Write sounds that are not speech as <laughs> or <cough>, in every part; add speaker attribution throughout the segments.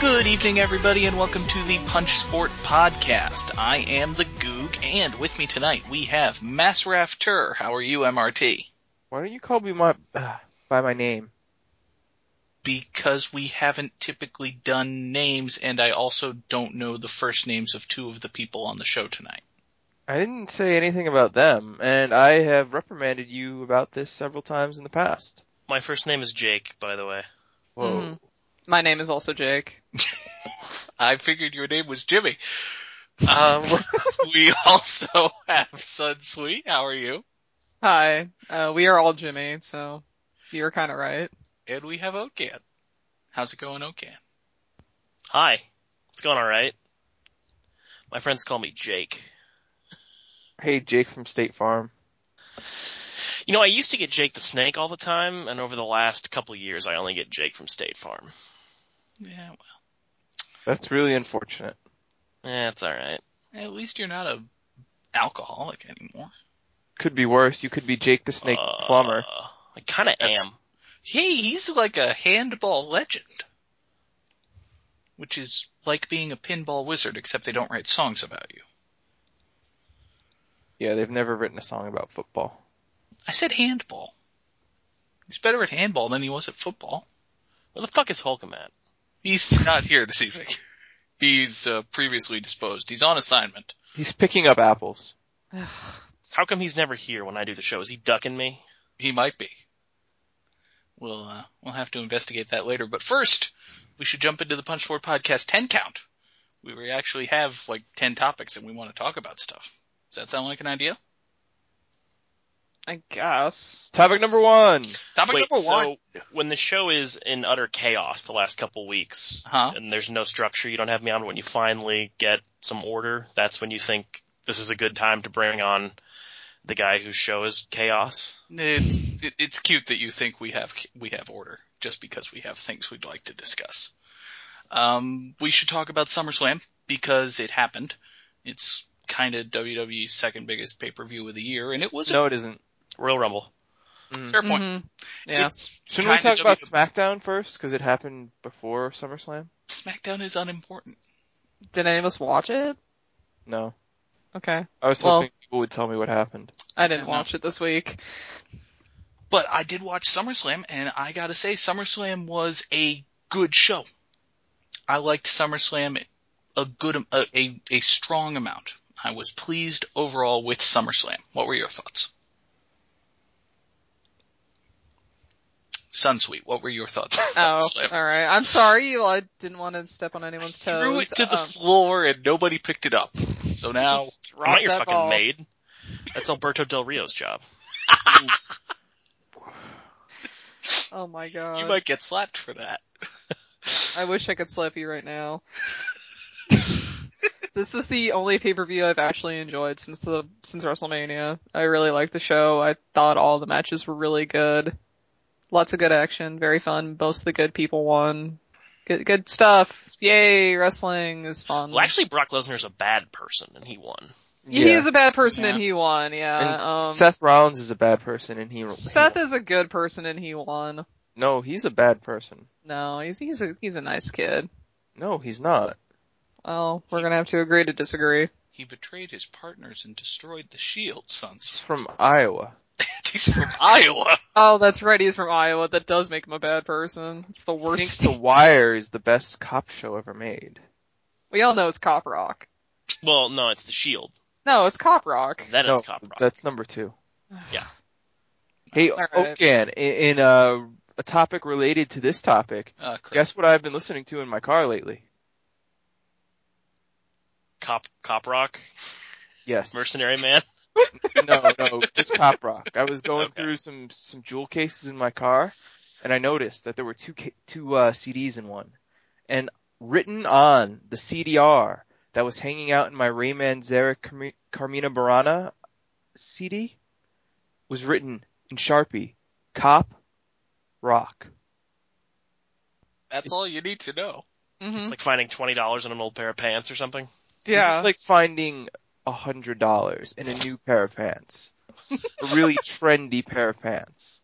Speaker 1: Good evening, everybody, and welcome to the Punch Sport Podcast. I am the Goog, and with me tonight we have Masraf Tur. How are you, MRT?
Speaker 2: Why don't you call me my, <sighs> uh, by my name?
Speaker 1: Because we haven't typically done names, and I also don't know the first names of two of the people on the show tonight.
Speaker 2: I didn't say anything about them, and I have reprimanded you about this several times in the past.
Speaker 3: My first name is Jake, by the way.
Speaker 2: Whoa.
Speaker 4: Mhm. My name is also Jake.
Speaker 1: I figured your name was <laughs> Jimmy. Um, <laughs> we also have Sun Sweet. How are you?
Speaker 4: Hi. Uh, we are all Jimmy, so you're kind
Speaker 1: <sighs>
Speaker 4: of right.
Speaker 1: And we have Okan. How's it going, Okan?
Speaker 3: Hi. It's going alright. My friends call me Jake.
Speaker 2: Hey, Jake from State Farm.
Speaker 3: You know, I used to get Jake the Snake all the time, and over the last couple years I only get Jake from State Farm.
Speaker 1: Yeah, well,
Speaker 2: That's really unfortunate.
Speaker 3: Eh, it's alright.
Speaker 1: at least you're not a alcoholic anymore.
Speaker 2: Could be worse. You could be Jake the Snake
Speaker 3: Uh,
Speaker 2: Plumber.
Speaker 3: I kinda
Speaker 1: That's-
Speaker 3: am.
Speaker 1: Hey, he's like a handball legend. Which is like being a pinball wizard, except they don't write songs about you.
Speaker 2: Yeah, they've never written a song about football.
Speaker 1: I said handball. He's better at handball than he was at football.
Speaker 3: Where the fuck is Holcomb at?
Speaker 1: He's not here this evening. <laughs> He's uh, previously disposed. He's on assignment.
Speaker 2: He's picking up apples.
Speaker 3: How come he's never here when I do the show? Is he ducking me?
Speaker 1: He might be. We'll uh, we'll have to investigate that later. But first, we should jump into the Punch Four Podcast Ten Count. We re- actually have like ten topics, and we want to talk about stuff. Does that sound like an idea?
Speaker 4: I guess.
Speaker 2: Topic number one.
Speaker 1: Topic
Speaker 3: Wait,
Speaker 1: number one.
Speaker 3: so when the show is in utter chaos the last couple weeks,
Speaker 1: Huh?
Speaker 3: and there's no structure, you don't have me on, when you finally get some order, that's when you think this is a good time to bring on the guy whose show is chaos?
Speaker 1: It's it, it's cute that you think we have we have order just because we have things we'd like to discuss. Um, we should talk about SummerSlam because it happened. It's kind of WWE's second biggest pay per view of the year, and it was
Speaker 2: No, it isn't.
Speaker 3: Royal Rumble.
Speaker 1: a fair point.
Speaker 4: Mhm. Yeah.
Speaker 1: It's
Speaker 2: Shouldn't we
Speaker 1: kinda
Speaker 2: talk about
Speaker 1: WWE
Speaker 2: SmackDown first? Because it happened before SummerSlam?
Speaker 1: SmackDown is unimportant.
Speaker 4: Did any of us watch it?
Speaker 2: No.
Speaker 4: Okay.
Speaker 2: I was
Speaker 4: Well-
Speaker 2: hoping people would tell me what happened.
Speaker 4: I didn't
Speaker 1: No.
Speaker 4: watch it this week.
Speaker 1: <laughs> But I did watch SummerSlam, and I gotta say, SummerSlam was a good show. I liked SummerSlam a good, a, a, a strong amount. I was pleased overall with SummerSlam. What were your thoughts? Sunsweet, what were your thoughts? on
Speaker 4: <laughs> Oh,
Speaker 1: SummerSlam?
Speaker 4: alright. I'm sorry. Well, I didn't want to step on anyone's toes.
Speaker 1: Threw it to the
Speaker 4: Um,
Speaker 1: floor and nobody picked it up. So now,
Speaker 4: just
Speaker 3: I'm not
Speaker 4: dropped
Speaker 3: your
Speaker 4: that
Speaker 3: fucking
Speaker 4: ball.
Speaker 3: maid. That's Alberto Del Rio's job.
Speaker 4: Oh my
Speaker 1: <laughs>
Speaker 4: god.
Speaker 1: you might get slapped for that.
Speaker 4: I wish I could slap you
Speaker 2: <laughs>
Speaker 4: right now. this was the only pay-per-view I've actually enjoyed since the since WrestleMania. I really liked the show. I thought all the matches were really good. Lots of good action, very fun. Most of the good people won. Good good stuff. Yay, wrestling is fun.
Speaker 3: Well, actually, Brock Lesnar's a bad person, and he
Speaker 4: <laughs>
Speaker 3: won.
Speaker 4: he is a bad person and
Speaker 1: Yeah.
Speaker 4: he won, yeah.
Speaker 2: And
Speaker 4: um
Speaker 2: Seth Rollins is a bad person and he,
Speaker 4: Seth is a good person and he won.
Speaker 2: No, he's a bad person.
Speaker 4: No, he's he's a he's a nice kid.
Speaker 2: No, he's not.
Speaker 4: Oh, we're gonna have to agree to disagree.
Speaker 1: He betrayed his partners and destroyed the shield,
Speaker 2: He's
Speaker 1: Sunsweet. <laughs>
Speaker 2: from Iowa.
Speaker 1: He's from Iowa.
Speaker 4: Oh, that's right. He's from Iowa. That does make him a bad person. It's the
Speaker 2: He
Speaker 4: worst.
Speaker 2: thinks The Wire is the best cop show ever made.
Speaker 4: we all know it's Cop Rock.
Speaker 3: Well, no, it's the Shield.
Speaker 4: No, it's Cop Rock.
Speaker 3: That is
Speaker 2: no,
Speaker 3: Cop Rock.
Speaker 2: that's number two.
Speaker 3: <sighs> Yeah.
Speaker 2: Hey,
Speaker 4: All right.
Speaker 2: Okan, in, in uh, a topic related to this topic,
Speaker 1: Uh, Chris.
Speaker 2: guess what I've been listening to in my car lately?
Speaker 3: Cop, Cop Rock,
Speaker 2: Yes.
Speaker 3: Mercenary Man.
Speaker 4: Mm-hmm.
Speaker 2: No, no, just pop rock. I was going
Speaker 3: Okay.
Speaker 2: through some some jewel cases in my car, and I noticed that there were two ca- two uh, CDs in one, and written on the CDR that was hanging out in my Rayman Zara Carmi- Carmina Burana CD was written in Sharpie, "Cop Rock."
Speaker 1: That's all you need to know.
Speaker 4: hmm
Speaker 3: It's like finding twenty dollars in an old pair of pants or something.
Speaker 4: Yeah.
Speaker 2: it's like finding a hundred dollars in a new pair of pants, a really trendy pair of pants.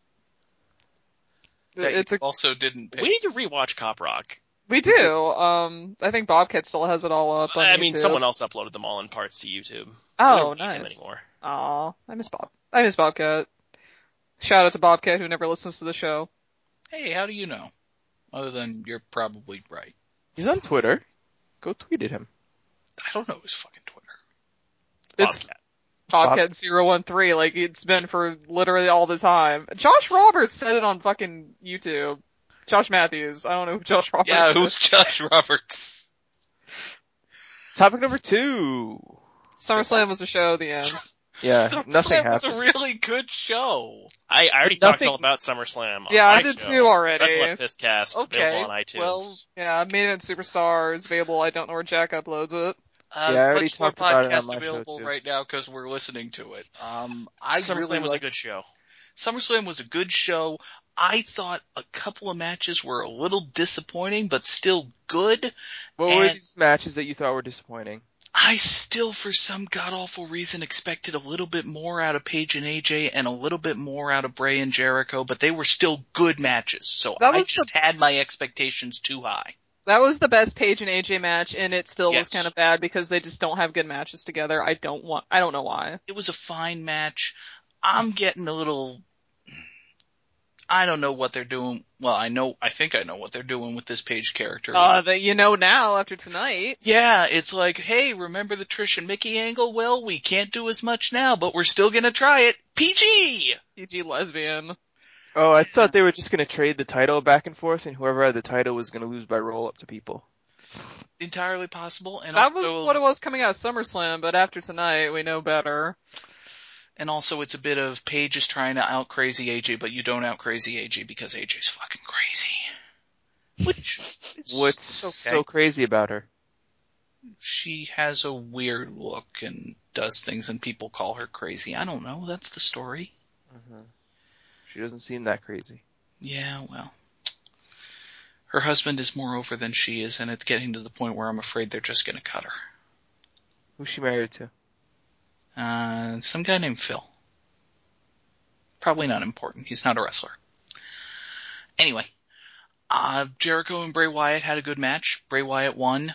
Speaker 1: That
Speaker 4: it's
Speaker 1: you
Speaker 4: a
Speaker 1: also didn't
Speaker 3: We
Speaker 1: pay.
Speaker 3: need to rewatch Cop Rock.
Speaker 4: We do. Um, I think Bobcat still has it all up. On
Speaker 3: I mean,
Speaker 4: YouTube.
Speaker 3: someone else uploaded them all in parts to YouTube. So I
Speaker 4: Oh,
Speaker 3: don't need them
Speaker 4: nice.
Speaker 3: anymore.
Speaker 4: Aw, I miss Bob. I miss Bobcat. Shout out to Bobcat who never listens to the show.
Speaker 1: Hey, how do you know? Other than you're probably right.
Speaker 2: He's on Twitter. Go tweet at him.
Speaker 1: I don't know his fucking Twitter.
Speaker 4: It's
Speaker 3: Bobcat.
Speaker 4: Bobcat zero one three. Like it's been for literally all the time. Josh Roberts said it on fucking YouTube. Josh Matthews. I don't know who Josh Roberts.
Speaker 1: Yeah, <laughs>
Speaker 4: is.
Speaker 1: who's Josh Roberts?
Speaker 2: Topic number two.
Speaker 4: SummerSlam was a show. The end.
Speaker 3: <laughs>
Speaker 1: <laughs>
Speaker 2: Yeah,
Speaker 1: SummerSlam
Speaker 2: nothing
Speaker 1: was
Speaker 2: happened.
Speaker 1: a really good show.
Speaker 3: I, I already
Speaker 2: Nothing-
Speaker 3: talked all about SummerSlam. On
Speaker 4: Yeah,
Speaker 3: my
Speaker 4: I did
Speaker 3: show.
Speaker 4: too already.
Speaker 3: That's what Pisscast
Speaker 1: Okay,
Speaker 3: available on iTunes.
Speaker 1: well-
Speaker 4: Yeah, I made it in Superstars available. I don't know where Jack uploads it.
Speaker 1: Uh,
Speaker 2: Yeah, I already
Speaker 1: much more
Speaker 2: talked about it on
Speaker 1: podcast
Speaker 2: my show,
Speaker 1: available
Speaker 2: too.
Speaker 1: right now because we're listening to it. Um, I
Speaker 3: SummerSlam
Speaker 1: really
Speaker 3: was
Speaker 1: liked-
Speaker 3: a good show.
Speaker 1: SummerSlam was a good show. I thought a couple of matches were a little disappointing, but still good.
Speaker 2: What were
Speaker 1: And-
Speaker 2: these matches that you thought were disappointing?
Speaker 1: I still, for some god awful reason, expected a little bit more out of Paige and AJ and a little bit more out of Bray and Jericho, but they were still good matches. So
Speaker 4: That
Speaker 1: I
Speaker 4: was
Speaker 1: just had my expectations too high.
Speaker 4: That was the best Paige and AJ match, and it still
Speaker 1: Yes.
Speaker 4: was kind of bad because they just don't have good matches together. I don't want. I don't know why.
Speaker 1: It was a fine match. I'm getting a little. I don't know what they're doing. Well, I know. I think I know what they're doing with this Paige character.
Speaker 4: Uh, that you know now after tonight.
Speaker 1: yeah, it's like, hey, remember the Trish and Mickey angle? Well, we can't do as much now, but we're still gonna try it. PG.
Speaker 4: PG lesbian.
Speaker 2: Oh, I thought they were just gonna trade the title back and forth, and whoever had the title was gonna lose by roll up to people.
Speaker 1: Entirely possible. And
Speaker 4: That
Speaker 1: also-
Speaker 4: was what it was coming out of SummerSlam, but after tonight, we know better.
Speaker 1: And also it's a bit of Paige is trying to out crazy AJ, but you don't out crazy AJ because AJ's fucking crazy. Which is
Speaker 2: What's
Speaker 1: okay.
Speaker 2: so crazy about her?
Speaker 1: she has a weird look and does things and people call her crazy. I don't know. That's the story.
Speaker 2: She doesn't seem that crazy.
Speaker 1: Yeah, well. Her husband is more over than she is and it's getting to the point where I'm afraid they're just gonna cut her.
Speaker 2: Who's she married to?
Speaker 1: Uh, some guy named Phil. Probably not important. He's not a wrestler. Anyway, uh, Jericho and Bray Wyatt had a good match. Bray Wyatt won.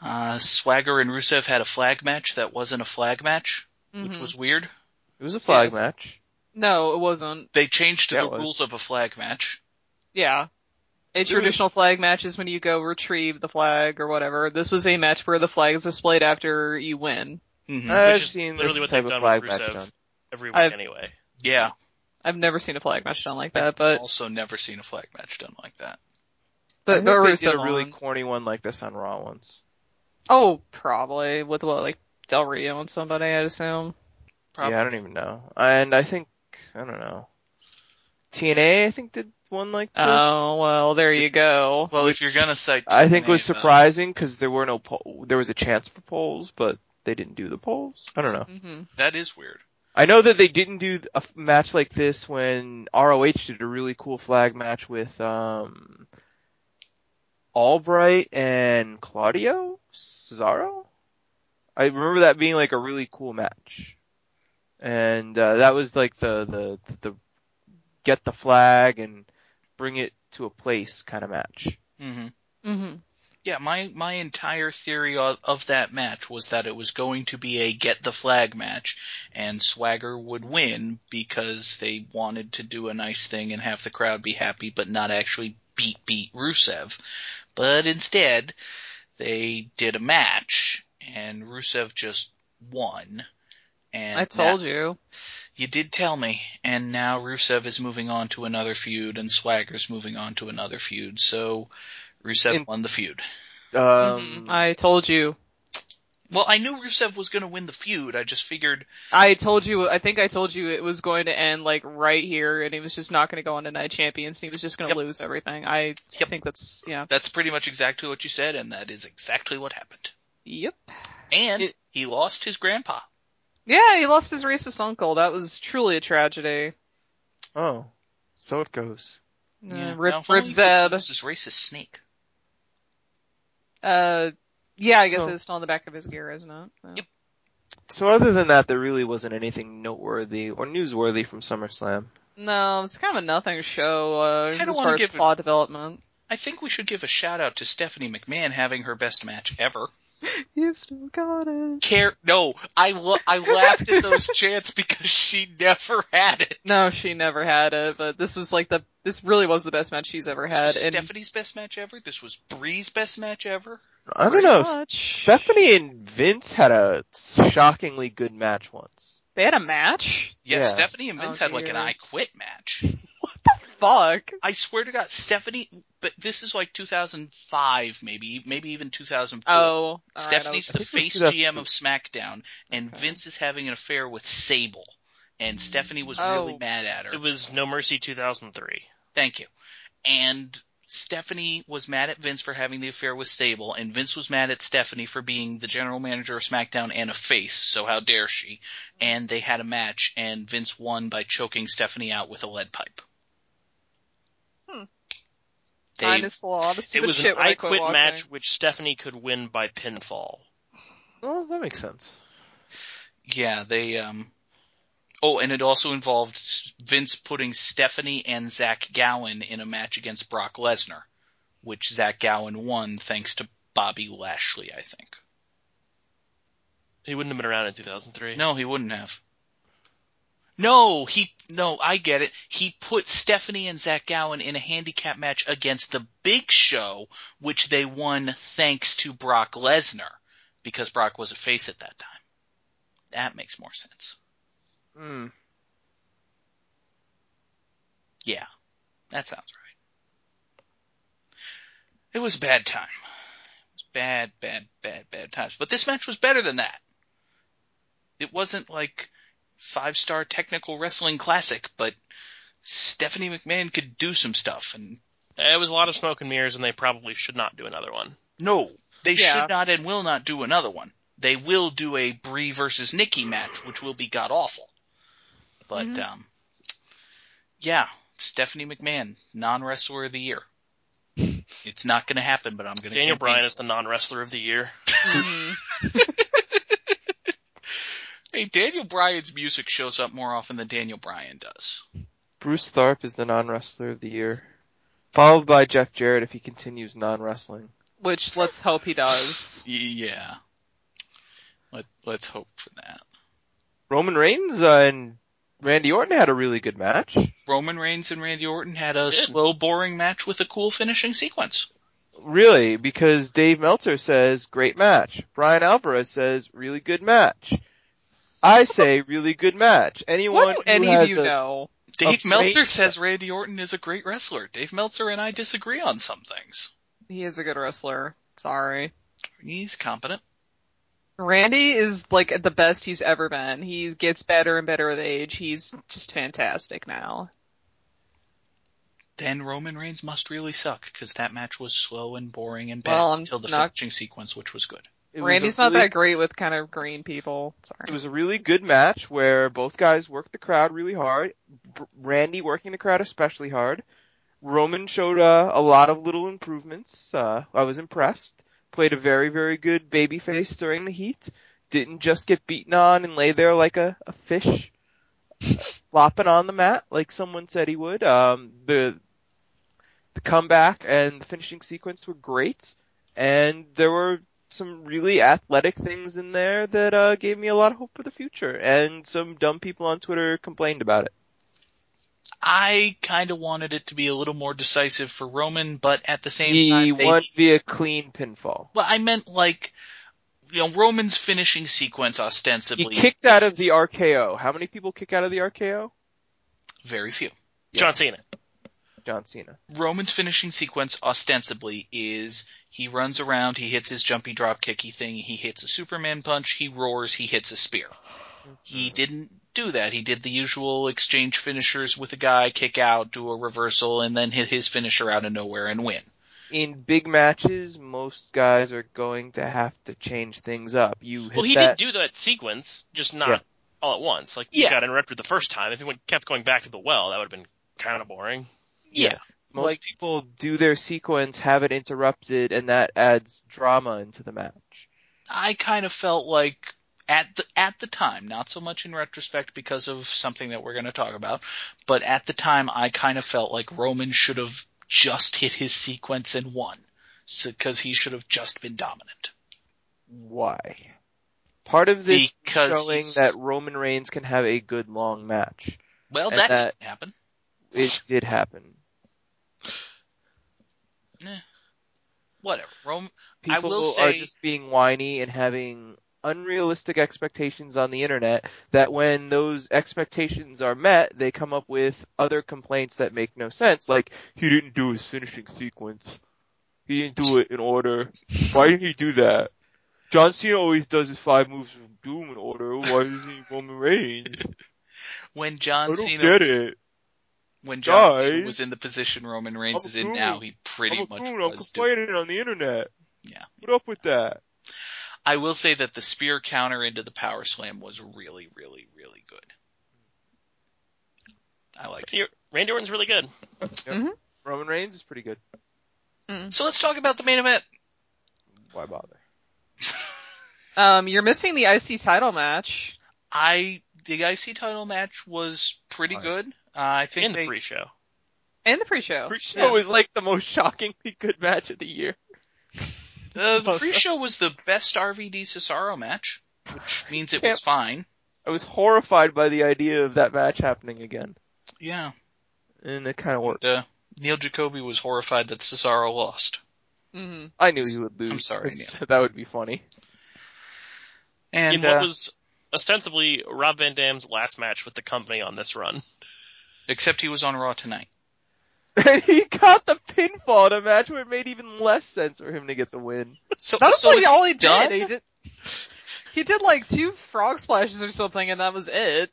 Speaker 1: Uh, Swagger and Rusev had a flag match that wasn't a flag match, which
Speaker 4: Mhm.
Speaker 2: Mm-hmm.
Speaker 1: was weird.
Speaker 2: It was a flag
Speaker 4: Yes.
Speaker 2: match.
Speaker 4: no, it wasn't.
Speaker 1: They changed to
Speaker 2: Yeah,
Speaker 1: the
Speaker 2: it was.
Speaker 1: rules of a flag match.
Speaker 4: Yeah. A traditional flag match is when you go retrieve the flag or whatever. This was a match where the flag is displayed after you win.
Speaker 1: hmm
Speaker 2: I've
Speaker 3: is
Speaker 2: seen this
Speaker 3: literally what
Speaker 2: type
Speaker 3: they've
Speaker 2: of
Speaker 3: done
Speaker 2: flag
Speaker 3: with
Speaker 2: match
Speaker 3: Rusev.
Speaker 2: done.
Speaker 3: Every week
Speaker 4: I've-
Speaker 3: anyway.
Speaker 1: yeah.
Speaker 4: I've never seen a flag match done like that, but
Speaker 1: Also never seen a flag match done like that.
Speaker 2: I
Speaker 4: but,
Speaker 2: think
Speaker 4: but
Speaker 2: they
Speaker 4: Rusev
Speaker 2: did a really
Speaker 4: won.
Speaker 2: corny one like this on Raw once.
Speaker 4: Oh, probably with what like Del Rio and somebody, I'd assume.
Speaker 1: Probably.
Speaker 2: Yeah, I don't even know. And I think I don't know. TNA I think did one like this.
Speaker 4: Oh well, there you go.
Speaker 1: Well, if you're gonna say,
Speaker 2: I think was
Speaker 1: TNA, then-
Speaker 2: surprising because there were no poll. There was a chance for polls, but they didn't do the polls. I don't know.
Speaker 4: hmm
Speaker 1: uh, That is weird.
Speaker 2: I know that they didn't do a f- match like this when ROH did a really cool flag match with um Albright and Claudio Cesaro. I remember that being like a really cool match, and uh, that was like the the the get the flag and bring it to a place kind of match.
Speaker 1: hmm
Speaker 4: hmm
Speaker 1: Yeah, my my entire theory of, of that match was that it was going to be a get the flag match, and Swagger would win because they wanted to do a nice thing and have the crowd be happy, but not actually beat beat Rusev. But instead, they did a match, and Rusev just won. And
Speaker 4: I told you.
Speaker 1: you did tell me, and now Rusev is moving on to another feud, and Swagger's moving on to another feud. So Rusev
Speaker 2: In-
Speaker 1: won the feud.
Speaker 2: Um,
Speaker 4: Mhm. I told you.
Speaker 1: Well, I knew Rusev was going to win the feud. I just figured,
Speaker 4: I told you. I think I told you it was going to end like right here, and he was just not going to go on to night champions. And he was just going
Speaker 1: Yep.
Speaker 4: to lose everything. I
Speaker 1: Yep.
Speaker 4: think that's yeah.
Speaker 1: that's pretty much exactly what you said, and that is exactly what happened.
Speaker 4: Yep.
Speaker 1: And
Speaker 2: It-
Speaker 1: he lost his grandpa.
Speaker 4: Yeah, he lost his racist uncle. That was truly a tragedy.
Speaker 2: oh, so it goes.
Speaker 4: Uh,
Speaker 1: Yeah.
Speaker 4: Rip,
Speaker 1: Now, if
Speaker 4: Rip
Speaker 1: only he
Speaker 4: Zeb.
Speaker 1: lost his racist snake.
Speaker 4: Uh, yeah, I guess
Speaker 2: So-
Speaker 4: it's still on the back of his gear, isn't it? Yeah.
Speaker 1: Yep.
Speaker 2: So other than that, there really wasn't anything noteworthy or newsworthy from SummerSlam.
Speaker 4: No, it's kind of a nothing show uh,
Speaker 1: Kinda
Speaker 4: as
Speaker 1: wanna
Speaker 4: far as
Speaker 1: give it-
Speaker 4: plot development.
Speaker 1: I think we should give a shout out to Stephanie McMahon having her best match ever.
Speaker 4: You still got it.
Speaker 1: Care? No, I lo- I laughed at those chants because she never had it.
Speaker 4: No, she never had it, but this was like the this really was the best match she's ever
Speaker 1: This
Speaker 4: had.
Speaker 1: was
Speaker 4: And
Speaker 1: Stephanie's best match ever. This was Bree's best match ever.
Speaker 2: I don't know.
Speaker 4: Pretty much.
Speaker 2: Stephanie and Vince had a shockingly good match once.
Speaker 4: They had a match.
Speaker 1: Yeah,
Speaker 2: Yeah.
Speaker 1: Stephanie and Vince
Speaker 4: Oh,
Speaker 1: had like an
Speaker 4: dear.
Speaker 1: I Quit match.
Speaker 4: Fuck.
Speaker 1: I swear to God, Stephanie. But this is like 2005, maybe, maybe even 2004.
Speaker 4: Oh, all right, I
Speaker 1: Stephanie's
Speaker 4: was-
Speaker 1: the
Speaker 2: I think it was
Speaker 1: face
Speaker 2: 2000.
Speaker 1: GM of SmackDown, and Vince is having an affair with Sable, and Stephanie was really
Speaker 4: Oh.
Speaker 1: mad at her.
Speaker 3: It was No Mercy 2003.
Speaker 1: Thank you. And Stephanie was mad at Vince for having the affair with Sable, and Vince was mad at Stephanie for being the general manager of SmackDown and a face, so how dare she? And they had a match, and Vince won by choking Stephanie out with a lead pipe.
Speaker 4: Hmm. I
Speaker 1: They,
Speaker 4: missed a lot of stupid
Speaker 3: it was
Speaker 4: shit
Speaker 3: an
Speaker 4: when I
Speaker 3: I Quit
Speaker 4: watching.
Speaker 3: match which Stephanie could win by pinfall.
Speaker 2: Well, that makes sense.
Speaker 1: yeah, they, um, oh, and it also involved S- Vince putting Stephanie and Zach Gowen in a match against Brock Lesnar, which Zach Gowen won thanks to Bobby Lashley, I think.
Speaker 3: He wouldn't have been around in 2003.
Speaker 1: No, he wouldn't have. No, he no, I get it. He put Stephanie and Zach Gowen in a handicap match against the Big Show, which they won thanks to Brock Lesnar, because Brock was a face at that time. That makes more sense.
Speaker 2: Hmm.
Speaker 1: Yeah. That sounds right. It was a bad time. It was bad, bad, bad, bad times. But this match was better than that. It wasn't like five star technical wrestling classic, but Stephanie McMahon could do some stuff and
Speaker 3: Uh, It was a lot of smoke and mirrors, and they probably should not do another one.
Speaker 1: no, they
Speaker 4: Yeah.
Speaker 1: should not and will not do another one. They will do a Brie versus Nikki match, which will be god awful. But
Speaker 4: Mhm.
Speaker 1: um, yeah, Stephanie McMahon, non wrestler of the year. It's not going to happen, but I'm going to.
Speaker 3: Daniel Bryan is the non wrestler of the year.
Speaker 4: Mhm.
Speaker 1: Hey, Daniel Bryan's music shows up more often than Daniel Bryan does.
Speaker 2: Bruce Tharp is the non-wrestler of the year, followed by Jeff Jarrett if he continues non-wrestling.
Speaker 4: <laughs> Which let's hope he does.
Speaker 1: Yeah. Let Let's hope for that.
Speaker 2: Roman Reigns uh, and Randy Orton had a really good match.
Speaker 1: Roman Reigns and Randy Orton had a
Speaker 2: Good.
Speaker 1: slow, boring match with a cool finishing sequence.
Speaker 2: Really, because Dave Meltzer says, great match. Brian Alvarez says, really good match. I say, really good match. Anyone
Speaker 4: What do
Speaker 2: who
Speaker 4: any
Speaker 2: has
Speaker 4: of you
Speaker 2: a-
Speaker 4: know?
Speaker 1: Dave
Speaker 2: great-
Speaker 1: Meltzer says Randy Orton is a great wrestler. Dave Meltzer and I disagree on some things.
Speaker 4: He is a good wrestler. Sorry.
Speaker 1: He's competent.
Speaker 4: Randy is like the best he's ever been. He gets better and better with age. He's just fantastic now.
Speaker 1: Then Roman Reigns must really suck because that match was slow and boring and bad
Speaker 4: Well, I'm
Speaker 1: until the
Speaker 4: not-
Speaker 1: finishing sequence, which was good.
Speaker 2: it was
Speaker 4: Randy's
Speaker 2: a
Speaker 4: not
Speaker 2: really-
Speaker 4: that great with kind of green people.
Speaker 2: It
Speaker 4: Sorry.
Speaker 2: was a really good match where both guys worked the crowd really hard. Br- Randy working the crowd especially hard. Roman showed uh, a lot of little improvements. Uh, I was impressed. Played a very, very good babyface during the heat. Didn't just get beaten on and lay there like a, a fish flopping on the mat like someone said he would. Um, the the comeback and the finishing sequence were great, and there were some really athletic things in there that uh, gave me a lot of hope for the future. And some dumb people on Twitter complained about it.
Speaker 1: I kind of wanted it to be a little more decisive for Roman, but at the same
Speaker 2: He
Speaker 1: time, they-
Speaker 2: won via clean pinfall.
Speaker 1: well, I meant like, you know, Roman's finishing sequence
Speaker 2: He
Speaker 1: ostensibly
Speaker 2: kicked out of the
Speaker 1: Yes.
Speaker 2: RKO. How many people kick out of the RKO?
Speaker 1: very few.
Speaker 2: Yeah.
Speaker 3: John Cena.
Speaker 2: John Cena.
Speaker 1: Roman's finishing sequence ostensibly is he runs around, he hits his jumpy drop kicky thing, he hits a Superman punch, he roars, he hits a spear. He didn't do that. He did the usual exchange finishers with a guy, kick out, do a reversal, and then hit his finisher out of nowhere and win.
Speaker 2: In big matches, most guys are going to have to change things up. You hit
Speaker 3: Well, he
Speaker 2: that.
Speaker 3: did do that sequence, just not
Speaker 2: Yeah.
Speaker 3: all at once. Like,
Speaker 1: Yeah.
Speaker 3: he got interrupted the first time. If he went, kept going back to the well, that would have been kind of boring.
Speaker 1: Yeah.
Speaker 2: most
Speaker 1: like-
Speaker 2: people do their sequence, have it interrupted, and that adds drama into the match.
Speaker 1: I kind of felt like at the at the time, not so much in retrospect because of something that we're going to talk about, but at the time I kind of felt like Roman should have just hit his sequence and won, because he should have just been dominant.
Speaker 2: Why? Part of this is
Speaker 1: Because
Speaker 2: showing
Speaker 1: he's-
Speaker 2: that Roman Reigns can have a good long match.
Speaker 1: Well,
Speaker 2: And
Speaker 1: that,
Speaker 2: that-
Speaker 1: didn't happen.
Speaker 2: It did happen.
Speaker 1: Whatever. Rome, I
Speaker 2: People
Speaker 1: will
Speaker 2: are
Speaker 1: say-
Speaker 2: just being whiny and having unrealistic expectations on the internet that when those expectations are met, they come up with other complaints that make no sense, like, he didn't do his finishing sequence. He didn't do it in order. Why didn't he do that? John Cena always does his five moves from Doom in order. Why isn't he Roman
Speaker 1: <laughs>
Speaker 2: Reigns?
Speaker 1: when John
Speaker 2: I don't
Speaker 1: Cena,
Speaker 2: get it.
Speaker 1: when John Cena
Speaker 2: guys.
Speaker 1: was in the position Roman Reigns
Speaker 2: I'm
Speaker 1: is in now,
Speaker 2: screwed.
Speaker 1: he pretty
Speaker 2: I'm a
Speaker 1: much
Speaker 2: coon, I'm
Speaker 1: was. doing-
Speaker 2: complaining on the internet.
Speaker 1: Yeah.
Speaker 2: What up with that?
Speaker 1: I will say that the spear counter into the power slam was really, really, really good. I liked it.
Speaker 3: Randy Orton's really good.
Speaker 2: Roman Reigns is pretty good.
Speaker 1: So let's talk about the main event.
Speaker 2: Why bother?
Speaker 4: Um, you're missing the IC title match.
Speaker 1: I the IC title match was pretty good.
Speaker 2: Alright.
Speaker 1: Uh, I think
Speaker 3: In the
Speaker 1: they-
Speaker 3: pre-show.
Speaker 4: And the pre-show.
Speaker 2: Pre-show is like the most shockingly good match of the year.
Speaker 1: uh, the
Speaker 4: Oh, sorry.
Speaker 1: pre-show was the best RVD Cesaro match, which means it
Speaker 2: Can't-
Speaker 1: was fine.
Speaker 2: I was horrified by the idea of that match happening again,
Speaker 1: Yeah,
Speaker 2: and it kind of worked.
Speaker 1: the Neil Jacoby was horrified that Cesaro lost,
Speaker 2: <laughs>
Speaker 4: hmm
Speaker 2: I knew he would lose.
Speaker 1: I'm sorry,
Speaker 2: It's- <laughs> That would be funny.
Speaker 1: and
Speaker 3: in
Speaker 1: uh,
Speaker 3: what was ostensibly Rob Van Dam's last match with the company on this run.
Speaker 1: except he was on Raw tonight.
Speaker 2: And he got the pinfall in a match where it made even less sense for him to get the win.
Speaker 1: So
Speaker 4: That was
Speaker 1: so
Speaker 4: like
Speaker 1: it's
Speaker 4: all he
Speaker 1: done?
Speaker 4: did. He did. <laughs> He did like two frog splashes or something, and that was it.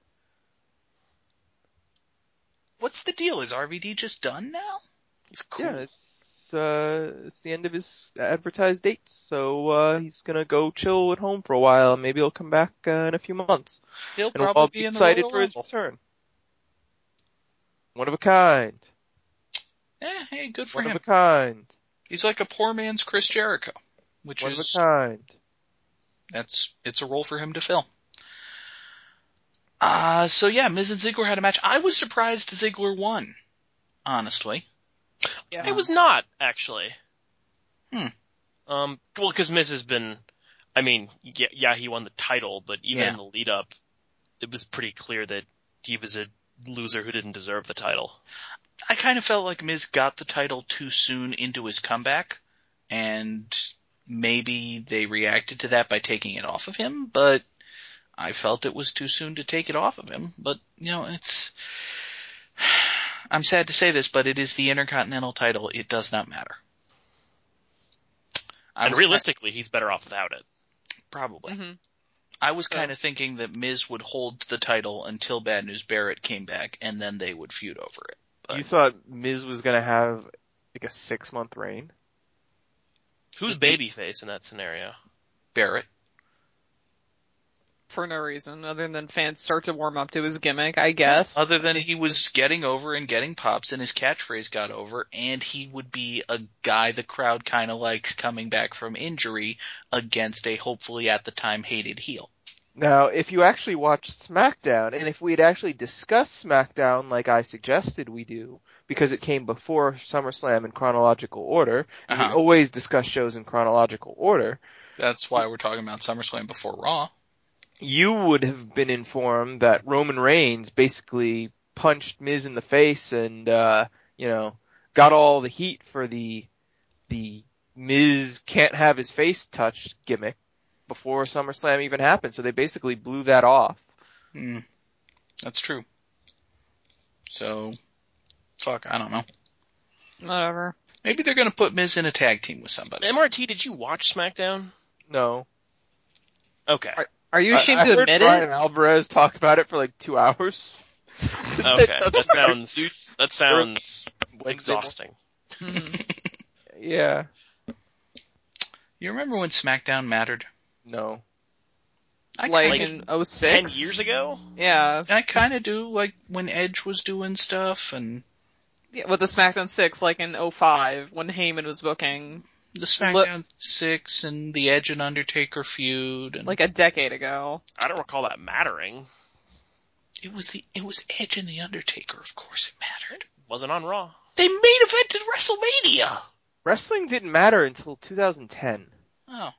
Speaker 1: What's the deal? Is RVD just done now?
Speaker 3: It's cool.
Speaker 2: Yeah, it's uh, it's the end of his advertised dates, so uh, he's gonna go chill at home for a while, and maybe he'll come back uh, in a few months,
Speaker 1: He'll
Speaker 2: and we'll
Speaker 1: probably
Speaker 2: all
Speaker 1: be
Speaker 2: be
Speaker 1: in the
Speaker 2: excited
Speaker 1: Royal
Speaker 2: for his
Speaker 1: Rumble.
Speaker 2: return. One of a kind.
Speaker 1: Eh, hey, good for
Speaker 2: One
Speaker 1: him.
Speaker 2: of a kind.
Speaker 1: He's like a poor man's Chris Jericho, which
Speaker 2: One of
Speaker 1: is
Speaker 2: a kind.
Speaker 1: that's it's a role for him to fill. Uh, so yeah, Miz and Ziggler had a match. I was surprised Ziggler won, honestly.
Speaker 4: Yeah.
Speaker 3: <laughs> I was not actually.
Speaker 1: Hmm.
Speaker 3: Um. Well, because Miz has been. I mean, yeah, yeah, he won the title, but even
Speaker 1: Yeah.
Speaker 3: in the lead up, it was pretty clear that he was a loser who didn't deserve the title.
Speaker 1: I kind of felt like Miz got the title too soon into his comeback, and maybe they reacted to that by taking it off of him, but I felt it was too soon to take it off of him. But, you know, it's, I'm sad to say this, but it is the Intercontinental title. It does not matter. I
Speaker 3: and
Speaker 1: was ki-
Speaker 3: realistically, he's better off without it.
Speaker 1: probably.
Speaker 4: Mhm.
Speaker 1: I was
Speaker 4: So-
Speaker 1: kind of thinking that Miz would hold the title until Bad News Barrett came back, and then they would feud over it. But-
Speaker 2: You thought Miz was gonna have like a six month reign?
Speaker 3: Who's babyface in that scenario?
Speaker 1: Barrett,
Speaker 4: for no reason other than fans start to warm up to his gimmick, I guess.
Speaker 1: other than he
Speaker 4: It's-
Speaker 1: was getting over and getting pops, and his catchphrase got over, and he would be a guy the crowd kind of likes coming back from injury against a hopefully at the time hated heel.
Speaker 2: Now, if you actually watch SmackDown, and if we had actually discussed SmackDown like I suggested we do, because it came before SummerSlam in chronological order, and we
Speaker 1: Uh-huh.
Speaker 2: always discuss shows in chronological order,
Speaker 1: That's why we're talking about SummerSlam before Raw.
Speaker 2: you would have been informed that Roman Reigns basically punched Miz in the face and uh, you know got all the heat for the the Miz can't have his face touched gimmick before SummerSlam even happened. So they basically blew that off.
Speaker 1: Hmm. That's true. So, fuck, I don't know.
Speaker 4: whatever.
Speaker 1: Maybe they're gonna put Miz in a tag team with somebody.
Speaker 3: MRT, did you watch SmackDown?
Speaker 2: No,
Speaker 1: <laughs>
Speaker 3: Okay.
Speaker 4: Are you ashamed
Speaker 2: I, I
Speaker 4: to
Speaker 2: heard
Speaker 4: admit
Speaker 2: Brian
Speaker 4: it?
Speaker 2: Alvarez talk about it for like two hours. <laughs>
Speaker 3: Okay. That sounds that sounds
Speaker 2: Wednesday
Speaker 3: exhausting.
Speaker 4: Mhm.
Speaker 2: night. Yeah.
Speaker 1: You remember when SmackDown mattered?
Speaker 2: No.
Speaker 1: I
Speaker 4: like,
Speaker 3: like
Speaker 4: in 06?
Speaker 3: Ten years ago?
Speaker 4: Yeah.
Speaker 1: I kind of do, like when Edge was doing stuff and
Speaker 4: yeah. With the SmackDown 6, like in 05, when Heyman was booking,
Speaker 1: the SmackDown Six and the Edge and Undertaker feud, and
Speaker 4: like a
Speaker 1: <laughs>
Speaker 4: decade ago.
Speaker 3: I don't recall that mattering.
Speaker 1: it was the it was Edge and the Undertaker. Of course, it mattered.
Speaker 3: Wasn't on Raw.
Speaker 1: They main evented WrestleMania.
Speaker 2: Wrestling didn't matter until 2010.
Speaker 1: Oh.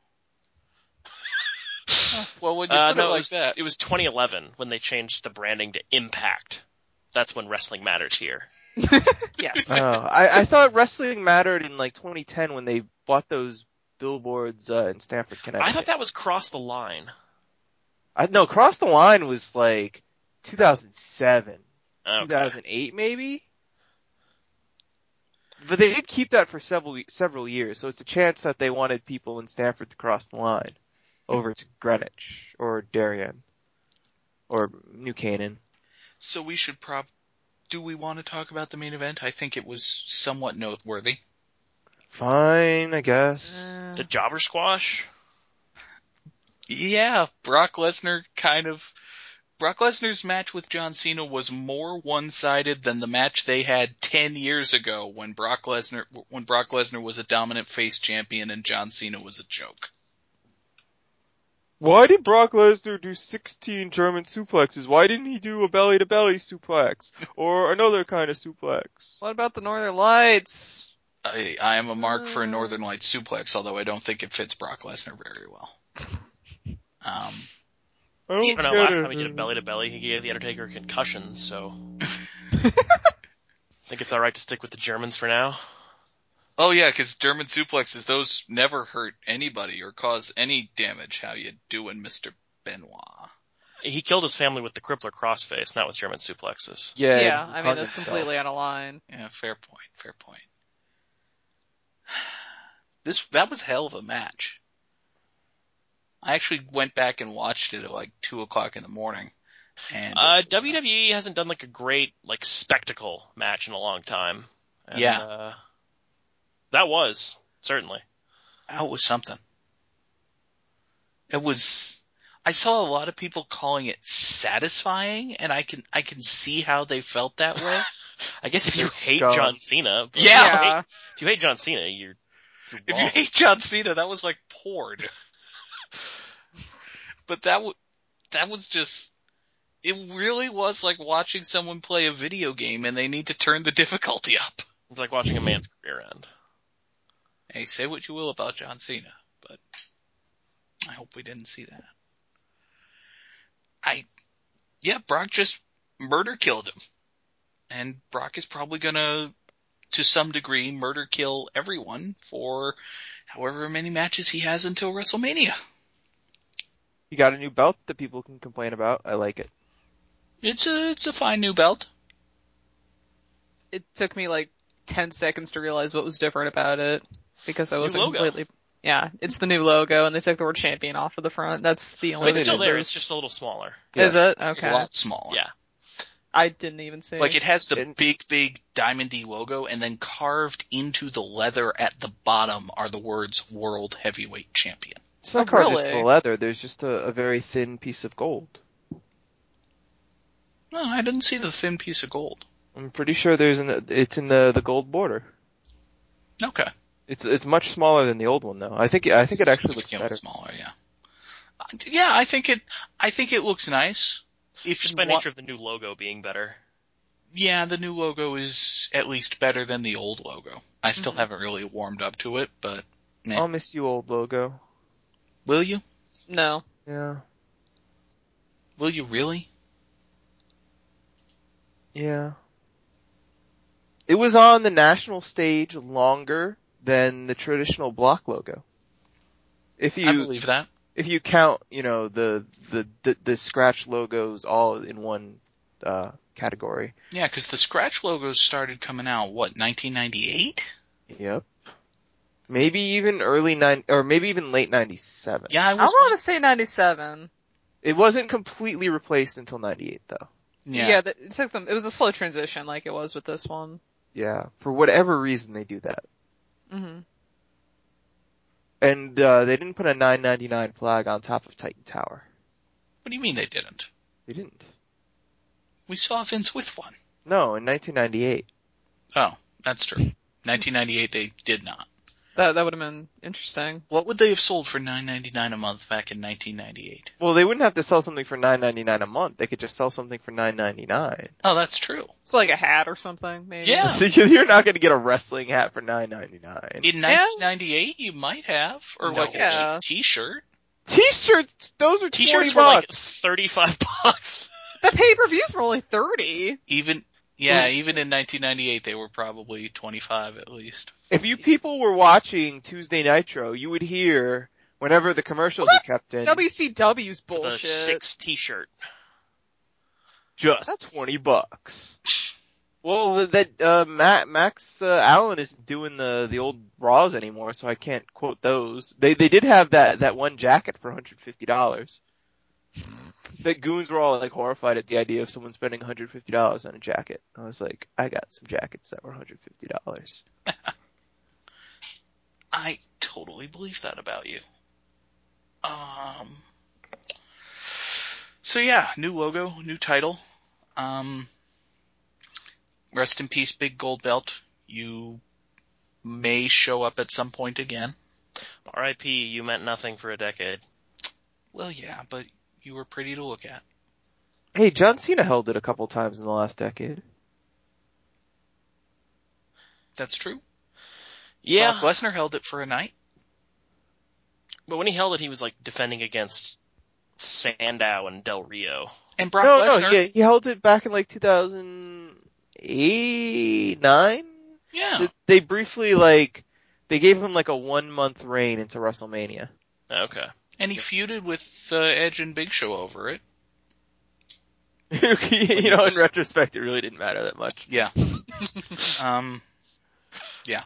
Speaker 1: Oh, well, when you
Speaker 3: Uh,
Speaker 1: put
Speaker 3: no,
Speaker 1: it
Speaker 3: it
Speaker 1: like
Speaker 3: was,
Speaker 1: that,
Speaker 3: it was 2011 when they changed the branding to Impact. That's when wrestling matters here.
Speaker 4: Yes.
Speaker 2: Oh, I, I thought wrestling mattered in like 2010 when they bought those billboards uh, in Stamford,
Speaker 3: I
Speaker 2: Connecticut.
Speaker 3: thought that was cross the line.
Speaker 2: I, no, Cross the Line was like 2007,
Speaker 3: Okay.
Speaker 2: 2008 maybe. But they did keep that for several several years, so it's a chance that they wanted people in Stamford to cross the line over to Greenwich or Darien or New Canaan.
Speaker 1: so we should prob. Do we want to talk about the main event? I think it was somewhat noteworthy.
Speaker 2: Fine, I guess.
Speaker 4: Uh,
Speaker 3: The jobber squash?
Speaker 1: Yeah, Brock Lesnar kind of. Brock Lesnar's match with John Cena was more one-sided than the match they had 10 years ago when Brock Lesnar, when Brock Lesnar was a dominant face champion and John Cena was a joke.
Speaker 2: Why did Brock Lesnar do 16 German suplexes? Why didn't he do a belly to belly suplex? Or another kind of suplex?
Speaker 4: What about the Northern Lights?
Speaker 1: I, I am a mark for a
Speaker 4: Uh.
Speaker 1: Northern Lights suplex, although I don't think it fits Brock Lesnar very well. Um,
Speaker 2: I
Speaker 3: I don't know, last time he did a belly to belly, he gave the Undertaker a concussion, so. I think it's alright to stick with the Germans for now.
Speaker 1: oh yeah, cause German suplexes, those never hurt anybody or cause any damage. How you doing, Mr. Benoit?
Speaker 3: He killed his family with the crippler crossface, not with German suplexes.
Speaker 2: Yeah,
Speaker 4: yeah,
Speaker 2: he
Speaker 4: I
Speaker 2: hung
Speaker 4: mean that's
Speaker 2: himself.
Speaker 4: completely out of line.
Speaker 1: Yeah, fair point. Fair point. <sighs> This that was a hell of a match. I actually went back and watched it at like two o'clock in the morning. And
Speaker 3: Uh,
Speaker 1: it was-
Speaker 3: WWE hasn't done like a great, like, spectacle match in a long time. And,
Speaker 1: Yeah.
Speaker 3: Uh, that was, certainly.
Speaker 1: that was something. It was. I saw a lot of people calling it satisfying, and I can I can see how they felt that way.
Speaker 3: I guess if you
Speaker 2: It's
Speaker 3: hate
Speaker 2: gone.
Speaker 3: John Cena, but-
Speaker 1: Yeah.
Speaker 3: If you hate John Cena, you're. you're
Speaker 1: If you
Speaker 3: wrong.
Speaker 1: hate John Cena, that was like poured. <laughs> but that w- that was just it really was like watching someone play a video game and they need to turn the difficulty up.
Speaker 3: it's like watching a man's career end.
Speaker 1: Hey, say what you will about John Cena, but I hope we didn't see that. I yeah, Brock just murder killed him. And Brock is probably gonna to some degree murder kill everyone for however many matches he has until WrestleMania.
Speaker 2: He got a new belt that people can complain about. I like it.
Speaker 1: It's a it's a fine new belt.
Speaker 4: It took me like ten seconds to realize what was different about it because I wasn't
Speaker 3: logo.
Speaker 4: completely. Yeah, it's the new logo, and they took the word champion off of the front. That's the
Speaker 3: I
Speaker 4: only.
Speaker 3: mean, it's
Speaker 2: it
Speaker 3: still
Speaker 2: is.
Speaker 3: there. It's just a little smaller.
Speaker 4: Is it
Speaker 3: Uh,
Speaker 1: It's a
Speaker 4: okay?
Speaker 1: lot smaller.
Speaker 3: Yeah.
Speaker 4: I didn't even see.
Speaker 1: Like it has the
Speaker 2: And-
Speaker 1: big, big Diamond D logo and then carved into the leather at the bottom are the words World Heavyweight Champion.
Speaker 2: It's not
Speaker 4: Oh,
Speaker 2: carved into
Speaker 4: really?
Speaker 2: the leather. There's just a, a very thin piece of gold.
Speaker 1: No, I didn't see the thin piece of gold.
Speaker 2: I'm pretty sure there's an. It's in the the gold border.
Speaker 1: Okay.
Speaker 2: It's it's much smaller than the old one though. I think I think it actually looks
Speaker 1: Significantly
Speaker 2: better.
Speaker 1: smaller, yeah. I- Yeah, I think it, I think it looks nice. If
Speaker 3: Just
Speaker 1: you
Speaker 3: by
Speaker 1: want-
Speaker 3: nature of the new logo being better.
Speaker 1: yeah, the new logo is at least better than the old logo. I still
Speaker 3: Mm-hmm.
Speaker 1: haven't really warmed up to it, but eh.
Speaker 2: I'll miss you, old logo.
Speaker 1: will you?
Speaker 4: no,
Speaker 2: Yeah,
Speaker 1: Will you really?
Speaker 2: yeah. It was on the national stage longer than the traditional block logo. If
Speaker 1: I
Speaker 2: you
Speaker 1: believe that.
Speaker 2: if you count, you know, the the the, the scratch logos all in one uh category.
Speaker 1: Yeah, because the scratch logos started coming out what 1998?
Speaker 2: Yep. Maybe even early nine or maybe even late ninety seven.
Speaker 1: Yeah, I
Speaker 4: I
Speaker 1: was.
Speaker 4: want to say ninety-seven.
Speaker 2: It wasn't completely replaced until ninety eight though.
Speaker 1: yeah.
Speaker 4: yeah, that, it took them. It was a slow transition, like it was with this one.
Speaker 2: Yeah. For whatever reason they do that.
Speaker 4: hmm
Speaker 2: And uh they didn't put a nine ninety nine flag on top of Titan Tower.
Speaker 1: What do you mean they didn't?
Speaker 2: They didn't.
Speaker 1: We saw Vince with one.
Speaker 2: No, in nineteen ninety eight. <laughs>
Speaker 1: Oh, that's true. 1998, they did not.
Speaker 4: That that would have been interesting.
Speaker 1: What would they have sold for nine ninety nine a month back in nineteen ninety eight?
Speaker 2: Well, they wouldn't have to sell something for nine ninety nine a month. They could just sell something for nine ninety nine.
Speaker 1: Oh, that's true.
Speaker 4: It's like a hat or something, maybe.
Speaker 2: <laughs>
Speaker 1: Yeah.
Speaker 2: You're not going to get a wrestling hat for nine ninety nine.
Speaker 1: In nineteen ninety eight, you might have, or like
Speaker 4: No.
Speaker 1: a t shirt.
Speaker 2: T-shirts, those are
Speaker 3: T-shirts
Speaker 2: 40
Speaker 3: were like
Speaker 2: bucks.
Speaker 3: thirty-five <laughs> bucks.
Speaker 4: The pay per views were only thirty.
Speaker 1: Even yeah, even in nineteen ninety eight, they were probably twenty five at least.
Speaker 2: if you people were watching Tuesday Nitro, you would hear whenever the commercials
Speaker 4: Well,
Speaker 2: are kept in
Speaker 4: WCW's
Speaker 3: The
Speaker 4: bullshit.
Speaker 3: six T-shirt.
Speaker 2: just
Speaker 4: That's-
Speaker 2: 20 bucks. <laughs> Well, that uh Matt, Max uh, Allen isn't doing the the old Raws anymore, so I can't quote those. They they did have that that one jacket for $150. The goons were all like horrified at the idea of someone spending $150 on a jacket. I was like, I got some jackets that were $150.
Speaker 1: I totally believe that about you. Um. So yeah, new logo, new title. Um. Rest in peace, Big Gold Belt. You may show up at some point again.
Speaker 3: R.I.P. You meant nothing for a decade.
Speaker 1: Well, yeah, but you were pretty to look at.
Speaker 2: Hey, John Cena held it a couple times in the last decade.
Speaker 1: That's true.
Speaker 3: Yeah,
Speaker 1: Brock Lesnar held it for a night.
Speaker 3: Uh, but when he held it, he was like defending against Sandow and Del Rio.
Speaker 1: And Brock
Speaker 2: no,
Speaker 1: Lesnar.
Speaker 2: no, yeah, he held it back in like 2008, 9?
Speaker 1: yeah.
Speaker 2: Th- They briefly like, they gave him like a one month reign into WrestleMania. <laughs>
Speaker 3: Okay.
Speaker 1: And he feuded with uh, Edge and Big Show over it.
Speaker 2: you know, in retrospect, it really didn't matter that much.
Speaker 1: Yeah. <laughs> um, yeah.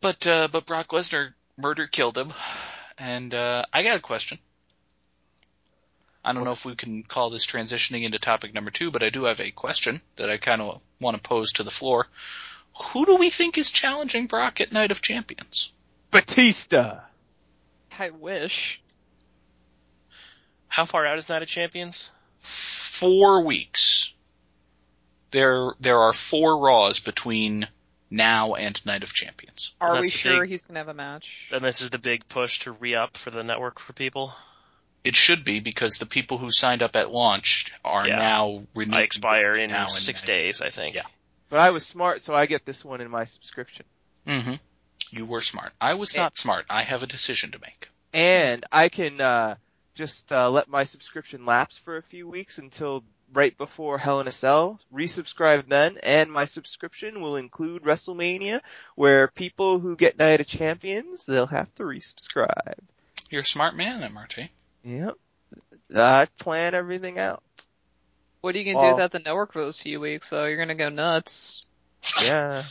Speaker 1: But, uh, but Brock Lesnar murder killed him. And, uh, I got a question. I don't know if we can call this transitioning into topic number two, but I do have a question that I kind of want to pose to the floor. Who do we think is challenging Brock at Night of Champions?
Speaker 2: Batista!
Speaker 4: I wish.
Speaker 3: How far out is Night of Champions?
Speaker 1: Four weeks. There, there are four Raws between now and Night of Champions.
Speaker 4: Are
Speaker 3: That's
Speaker 4: we
Speaker 3: the
Speaker 4: sure
Speaker 3: big-
Speaker 4: he's gonna have a match?
Speaker 3: And this is the big push to re-up for the network for people.
Speaker 1: It should be because the people who signed up at launch are
Speaker 3: Yeah.
Speaker 1: now renewed.
Speaker 3: I expire in
Speaker 1: now and
Speaker 3: six
Speaker 1: then.
Speaker 3: days, I think.
Speaker 1: Yeah.
Speaker 2: But I was smart, so I get this one in my subscription.
Speaker 1: Mhm. You were smart. I was
Speaker 2: Yeah.
Speaker 1: not smart. I have a decision to make.
Speaker 2: And I can, uh, just, uh, let my subscription lapse for a few weeks until right before Hell in a Cell, resubscribe then, and my subscription will include WrestleMania, where people who get Night of Champions, they'll have to resubscribe.
Speaker 1: You're a smart man, MRT.
Speaker 2: Yep. I plan everything <laughs> out.
Speaker 4: What are you gonna do
Speaker 2: Well-
Speaker 4: without the network for those few weeks though? You're gonna
Speaker 1: <laughs>
Speaker 4: go nuts.
Speaker 2: Yeah.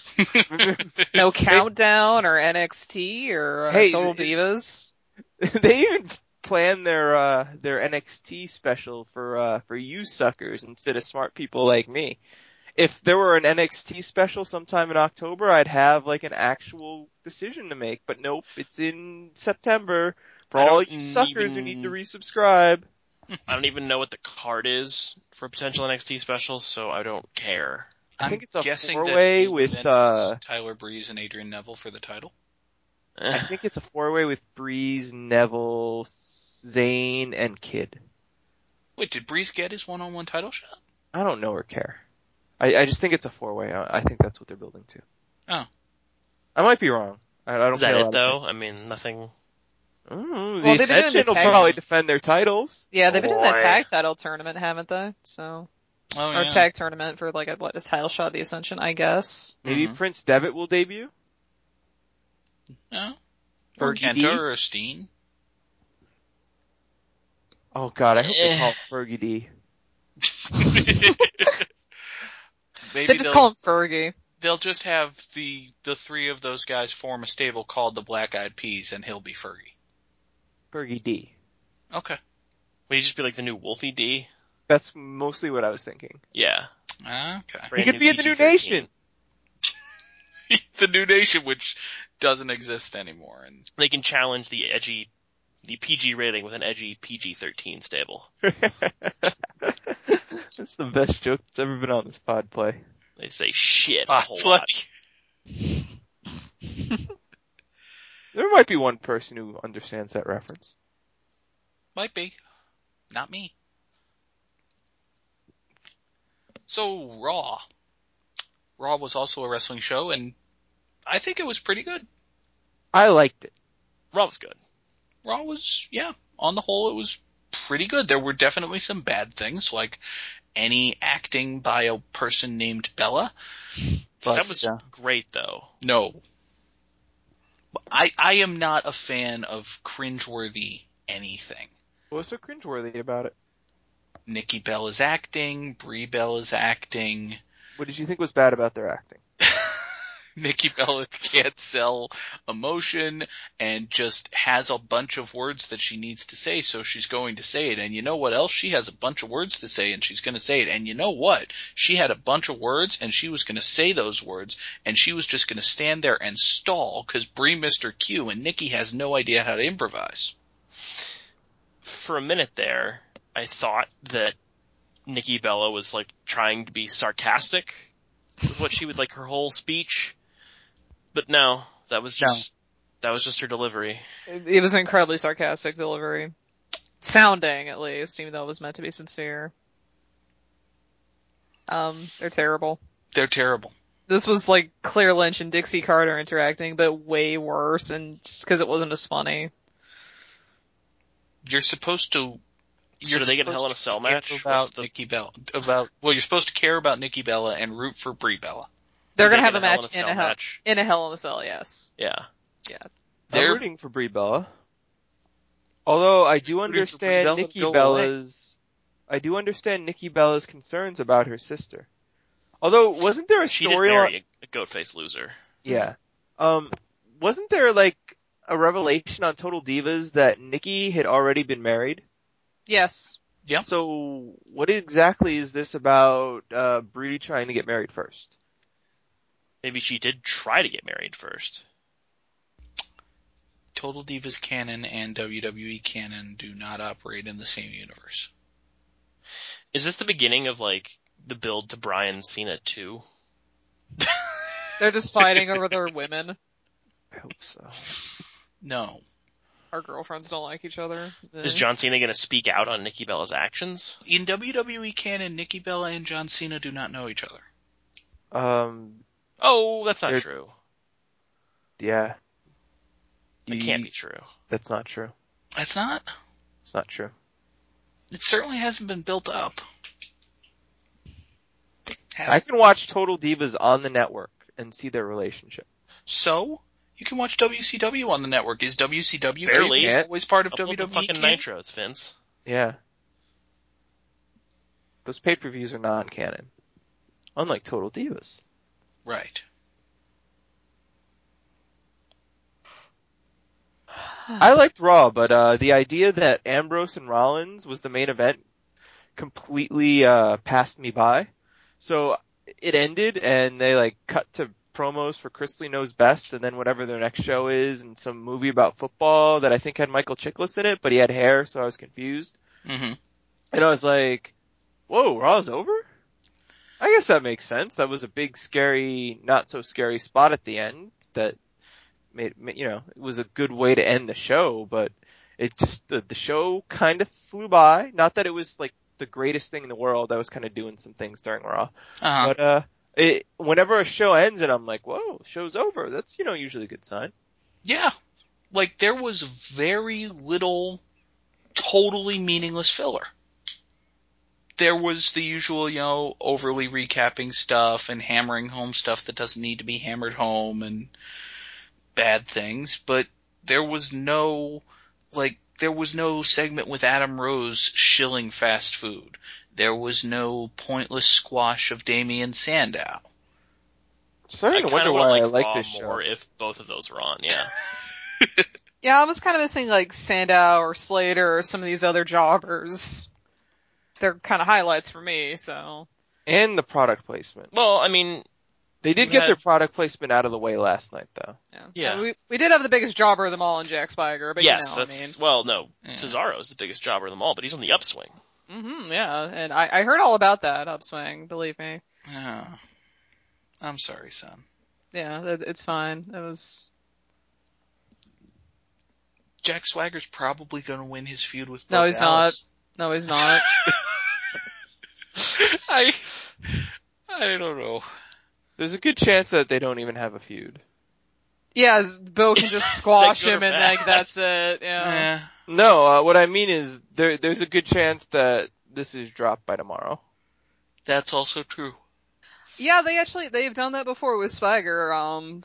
Speaker 4: No countdown or NXT or uh,
Speaker 2: Hey,
Speaker 4: Total
Speaker 2: it-
Speaker 4: Divas.
Speaker 2: <laughs> they even plan their uh their NXT special for uh for you suckers instead of smart people like me. If there were an NXT special sometime in October, I'd have like an actual decision to make. But nope, it's in September for
Speaker 3: I
Speaker 2: all
Speaker 3: don't
Speaker 2: you suckers who
Speaker 3: even-
Speaker 2: need to
Speaker 3: <sighs>
Speaker 2: resubscribe.
Speaker 3: I don't even know what the card is for a potential NXT special, so I don't care.
Speaker 2: I
Speaker 1: I'm
Speaker 2: think it's a
Speaker 1: guessing that
Speaker 2: four-way
Speaker 1: the
Speaker 2: with,
Speaker 1: event
Speaker 2: uh,
Speaker 1: is Tyler Breeze and Adrian Neville for the title.
Speaker 2: I
Speaker 3: <laughs>
Speaker 2: think it's a four way with Breeze, Neville, Zane, and Kid.
Speaker 1: Wait, did Breeze get his one-on-one title shot?
Speaker 2: I don't know or care. I, I just think it's a four way. I I think that's what they're building to.
Speaker 1: Oh.
Speaker 2: I might be wrong. I, I don't
Speaker 3: is that
Speaker 2: pay a
Speaker 3: it
Speaker 2: lot
Speaker 3: though? I mean, nothing.
Speaker 2: of atten- Ooh, Mm-hmm. the
Speaker 4: Well, they've been doing
Speaker 2: Ascension
Speaker 4: the
Speaker 2: will
Speaker 4: tag-
Speaker 2: probably defend their titles.
Speaker 4: Yeah, they've been doing that
Speaker 3: Boy.
Speaker 4: tag title tournament, haven't they? So
Speaker 1: Oh
Speaker 4: or
Speaker 1: yeah.
Speaker 4: tag tournament for like a what a title shot of the Ascension, I guess.
Speaker 2: Maybe
Speaker 1: Mhm.
Speaker 2: Prince Devitt will debut.
Speaker 1: No?
Speaker 2: Or
Speaker 1: Or
Speaker 2: DD?
Speaker 1: Kenta or Steen?
Speaker 2: Oh god, I hope they
Speaker 3: Eh.
Speaker 2: call him Fergie D.
Speaker 4: <laughs>
Speaker 1: Maybe
Speaker 4: they just
Speaker 1: they'll-
Speaker 4: call him Fergie.
Speaker 1: they'll just have the the three of those guys form a stable called the Black Eyed Peas, and he'll be Fergie.
Speaker 2: Fergie D.
Speaker 1: Okay.
Speaker 3: Would he just be like the new Wolfie D?
Speaker 2: That's mostly what I was thinking. <laughs>
Speaker 3: Yeah.
Speaker 1: Okay.
Speaker 2: He
Speaker 3: Brand
Speaker 2: could be in the new
Speaker 3: PG-13.
Speaker 2: nation.
Speaker 1: <laughs> the New Nation, which doesn't exist anymore, and
Speaker 3: They can challenge the edgy, the PG rating with an edgy PG-13 stable.
Speaker 2: that's the best joke that's ever been on this pod play. Ah,
Speaker 3: They say shit a whole lot.
Speaker 1: Spotlight.
Speaker 2: There might be one person who understands that reference.
Speaker 1: Might be. Not me. So, Raw. Raw was also a wrestling show, and I think it was pretty good.
Speaker 2: I liked it.
Speaker 3: Raw was good.
Speaker 1: Raw was, yeah, on the whole, it was pretty good. There were definitely some bad things, like any acting by a person named Bella. But
Speaker 3: That was
Speaker 1: uh,
Speaker 3: great though.
Speaker 1: no. I I am not a fan of cringeworthy anything.
Speaker 2: What's so cringeworthy about it?
Speaker 1: Nikki Bell is acting, Brie Bell is acting,
Speaker 2: What did you think was bad about their acting?
Speaker 1: <laughs> Nikki Bella can't sell emotion and just has a bunch of words that she needs to say, so she's going to say it. And you know what else? She has a bunch of words to say and she's going to say it. And you know what? She had a bunch of words and she was going to say those words and she was just going to stand there and stall because Brie Mr. Q and Nikki has no idea how to improvise.
Speaker 3: For a minute there, I thought that Nikki Bella was like trying to be sarcastic with what she would like her whole speech. But no, that was
Speaker 2: No.
Speaker 3: just that was just her delivery.
Speaker 4: It, it was an incredibly sarcastic delivery. Sounding, at least, even though it was meant to be sincere. Um, they're terrible.
Speaker 1: They're terrible.
Speaker 4: This was like Claire Lynch and Dixie Carter interacting, but way worse, and just cause it wasn't as funny.
Speaker 1: You're supposed to.
Speaker 3: So
Speaker 1: you're
Speaker 3: do they get a
Speaker 1: supposed
Speaker 3: Hell
Speaker 1: to
Speaker 3: in a Cell
Speaker 1: care
Speaker 3: match? What's
Speaker 1: about
Speaker 3: the-
Speaker 1: Nikki Bella? About well, you're supposed to care about Nikki Bella and root for Brie Bella.
Speaker 4: They're
Speaker 3: They
Speaker 4: gonna
Speaker 3: did
Speaker 4: have
Speaker 3: a
Speaker 4: a
Speaker 3: Hell in
Speaker 4: match
Speaker 3: a
Speaker 4: in
Speaker 3: Cell
Speaker 4: a hell,
Speaker 3: match.
Speaker 4: in a hell in a cell, yes.
Speaker 3: Yeah.
Speaker 1: They're-
Speaker 2: I'm rooting for Brie Bella. Although I do
Speaker 1: Rooting for Brie
Speaker 2: understand
Speaker 1: Bella to
Speaker 2: Nikki
Speaker 1: go
Speaker 2: Bella's, I do understand Nikki Bella's concerns about her sister. Although wasn't there a
Speaker 3: She did
Speaker 2: storyline?
Speaker 3: marry a, a goat faced loser.
Speaker 2: Yeah. Um, wasn't there like a revelation on Total Divas that Nikki had already been married?
Speaker 4: Yes.
Speaker 1: Yep.
Speaker 2: So what exactly is this about uh Bree trying to get married first?
Speaker 3: Maybe she did try to get married first.
Speaker 1: Total Divas canon and WWE canon do not operate in the same universe. <laughs>
Speaker 3: Is this the beginning of like the build to Brian Cena too?
Speaker 4: They're just fighting over
Speaker 3: <laughs>
Speaker 4: their women.
Speaker 2: I hope so.
Speaker 1: No.
Speaker 4: Our girlfriends don't like each other.
Speaker 3: Is
Speaker 4: Eh.
Speaker 3: John Cena going to speak out on Nikki Bella's actions?
Speaker 1: In WWE canon, Nikki Bella and John Cena do not know each other.
Speaker 2: Um,
Speaker 3: Oh, that's not
Speaker 2: They're-
Speaker 3: true.
Speaker 2: yeah.
Speaker 3: It can't be true.
Speaker 2: That's not true.
Speaker 1: That's not.
Speaker 2: It's not true.
Speaker 1: It certainly hasn't been built up.
Speaker 2: I
Speaker 1: Has,
Speaker 2: can watch Total Divas on the network and see their relationship.
Speaker 1: so you can watch WCW on the network. Is WCW
Speaker 3: Barely.
Speaker 1: canon always part of
Speaker 3: Upload the
Speaker 1: WWE?
Speaker 3: fucking
Speaker 1: canon?
Speaker 3: nitros, Vince.
Speaker 2: Yeah. Those pay-per-views are non-canon. Unlike Total Divas.
Speaker 1: Right.
Speaker 2: I liked Raw, but uh the idea that Ambrose and Rollins was the main event completely uh passed me by. So it ended and they like cut to promos for Chrisley Knows Best and then whatever their next show is and some movie about football that I think had Michael Chiklis in it, but he had hair so I was confused.
Speaker 1: Mm-hmm.
Speaker 2: And I was like, whoa, Raw's over? I guess that makes sense. That was a big scary, not so scary spot at the end that made, ma- you know, it was a good way to end the show, but it just, the, the show kind of flew by. Not that it was like the greatest thing in the world. I was kind of doing some things during Raw,
Speaker 1: Uh-huh.
Speaker 2: but, uh, it, whenever a show ends and I'm like, whoa, show's over. That's, you know, usually a good sign.
Speaker 1: Yeah. Like there was very little totally meaningless filler. There was the usual, you know, overly recapping stuff and hammering home stuff that doesn't need to be hammered home and bad things, but there was no, like, there was no segment with Adam Rose shilling fast food. There was no pointless squash of Damian Sandow.
Speaker 2: Starting
Speaker 3: I
Speaker 2: to
Speaker 3: kinda
Speaker 2: wonder
Speaker 3: would
Speaker 2: why I
Speaker 3: liked
Speaker 2: like
Speaker 3: Raw
Speaker 2: this show.
Speaker 3: more if both of those were on. Yeah,
Speaker 4: Yeah, I was kind of missing like Sandow or Slater or some of these other jobbers. They're kind of highlights for me, so.
Speaker 2: And the product placement.
Speaker 3: well, I mean,
Speaker 2: They did
Speaker 3: We
Speaker 2: get
Speaker 3: had-
Speaker 2: their product placement out of the way last night though.
Speaker 4: Yeah.
Speaker 3: Yeah.
Speaker 4: We, we did have the biggest jobber of them all in Jack Spiger, but
Speaker 3: yes,
Speaker 4: you know,
Speaker 3: that's well, no,
Speaker 1: Yeah.
Speaker 3: Cesaro is the biggest jobber of them all, but he's on the upswing.
Speaker 4: I mean. hmm yeah, and I, I heard all about that upswing, believe me.
Speaker 1: Oh. I'm sorry, son.
Speaker 4: Yeah, it, it's fine. It was,
Speaker 1: Jack Swagger's probably going to win his feud with.
Speaker 4: No,
Speaker 1: Bo
Speaker 4: he's
Speaker 1: Dallas.
Speaker 4: No,
Speaker 3: <laughs>
Speaker 4: he's not.
Speaker 1: I I don't know.
Speaker 2: There's a good chance that they don't even have a feud.
Speaker 4: yeah, s- Bo can
Speaker 3: Is <laughs>
Speaker 4: just
Speaker 3: that
Speaker 4: squash
Speaker 3: good or
Speaker 4: him and
Speaker 3: bad?
Speaker 4: like that's it. Yeah.
Speaker 1: Eh,
Speaker 2: No, uh, what I mean is there there's a good chance that this is dropped by tomorrow.
Speaker 1: that's also true.
Speaker 4: Yeah, they actually they've done that before with Swagger. Um,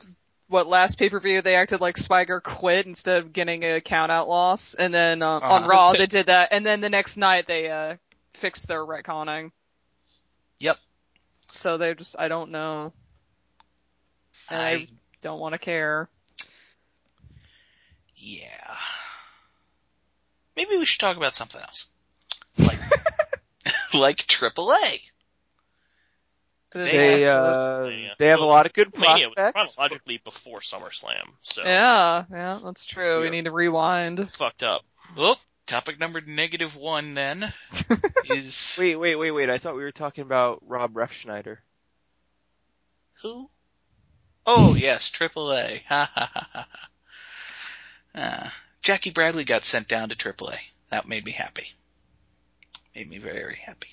Speaker 4: what last pay per view they acted like Swagger quit instead of getting a count out loss, and then um, on
Speaker 1: Uh-huh.
Speaker 4: Raw they did that, and then the next night they uh fixed their retconning.
Speaker 1: Yep.
Speaker 4: So they just I don't know. And I
Speaker 1: I
Speaker 4: don't want to care.
Speaker 1: yeah. Maybe we should talk about something else, like <laughs> like AAA.
Speaker 2: They,
Speaker 3: They
Speaker 2: uh
Speaker 3: Yeah.
Speaker 2: they have a
Speaker 3: Well,
Speaker 2: lot of good
Speaker 3: Mania was
Speaker 2: prospects.
Speaker 3: chronologically before SummerSlam, so
Speaker 4: yeah, yeah, that's true. We
Speaker 2: Yeah.
Speaker 4: need to rewind.
Speaker 3: it's fucked up.
Speaker 1: Oh, topic number negative one
Speaker 4: <laughs>
Speaker 1: then is
Speaker 2: Wait, wait, wait, wait! I thought we were talking about Rob Refschneider.
Speaker 1: who? Oh yes, AAA. <laughs> Ha ha ha ha. ha. Uh, Jackie Bradley got sent down to AAA. That made me happy. Made me very happy.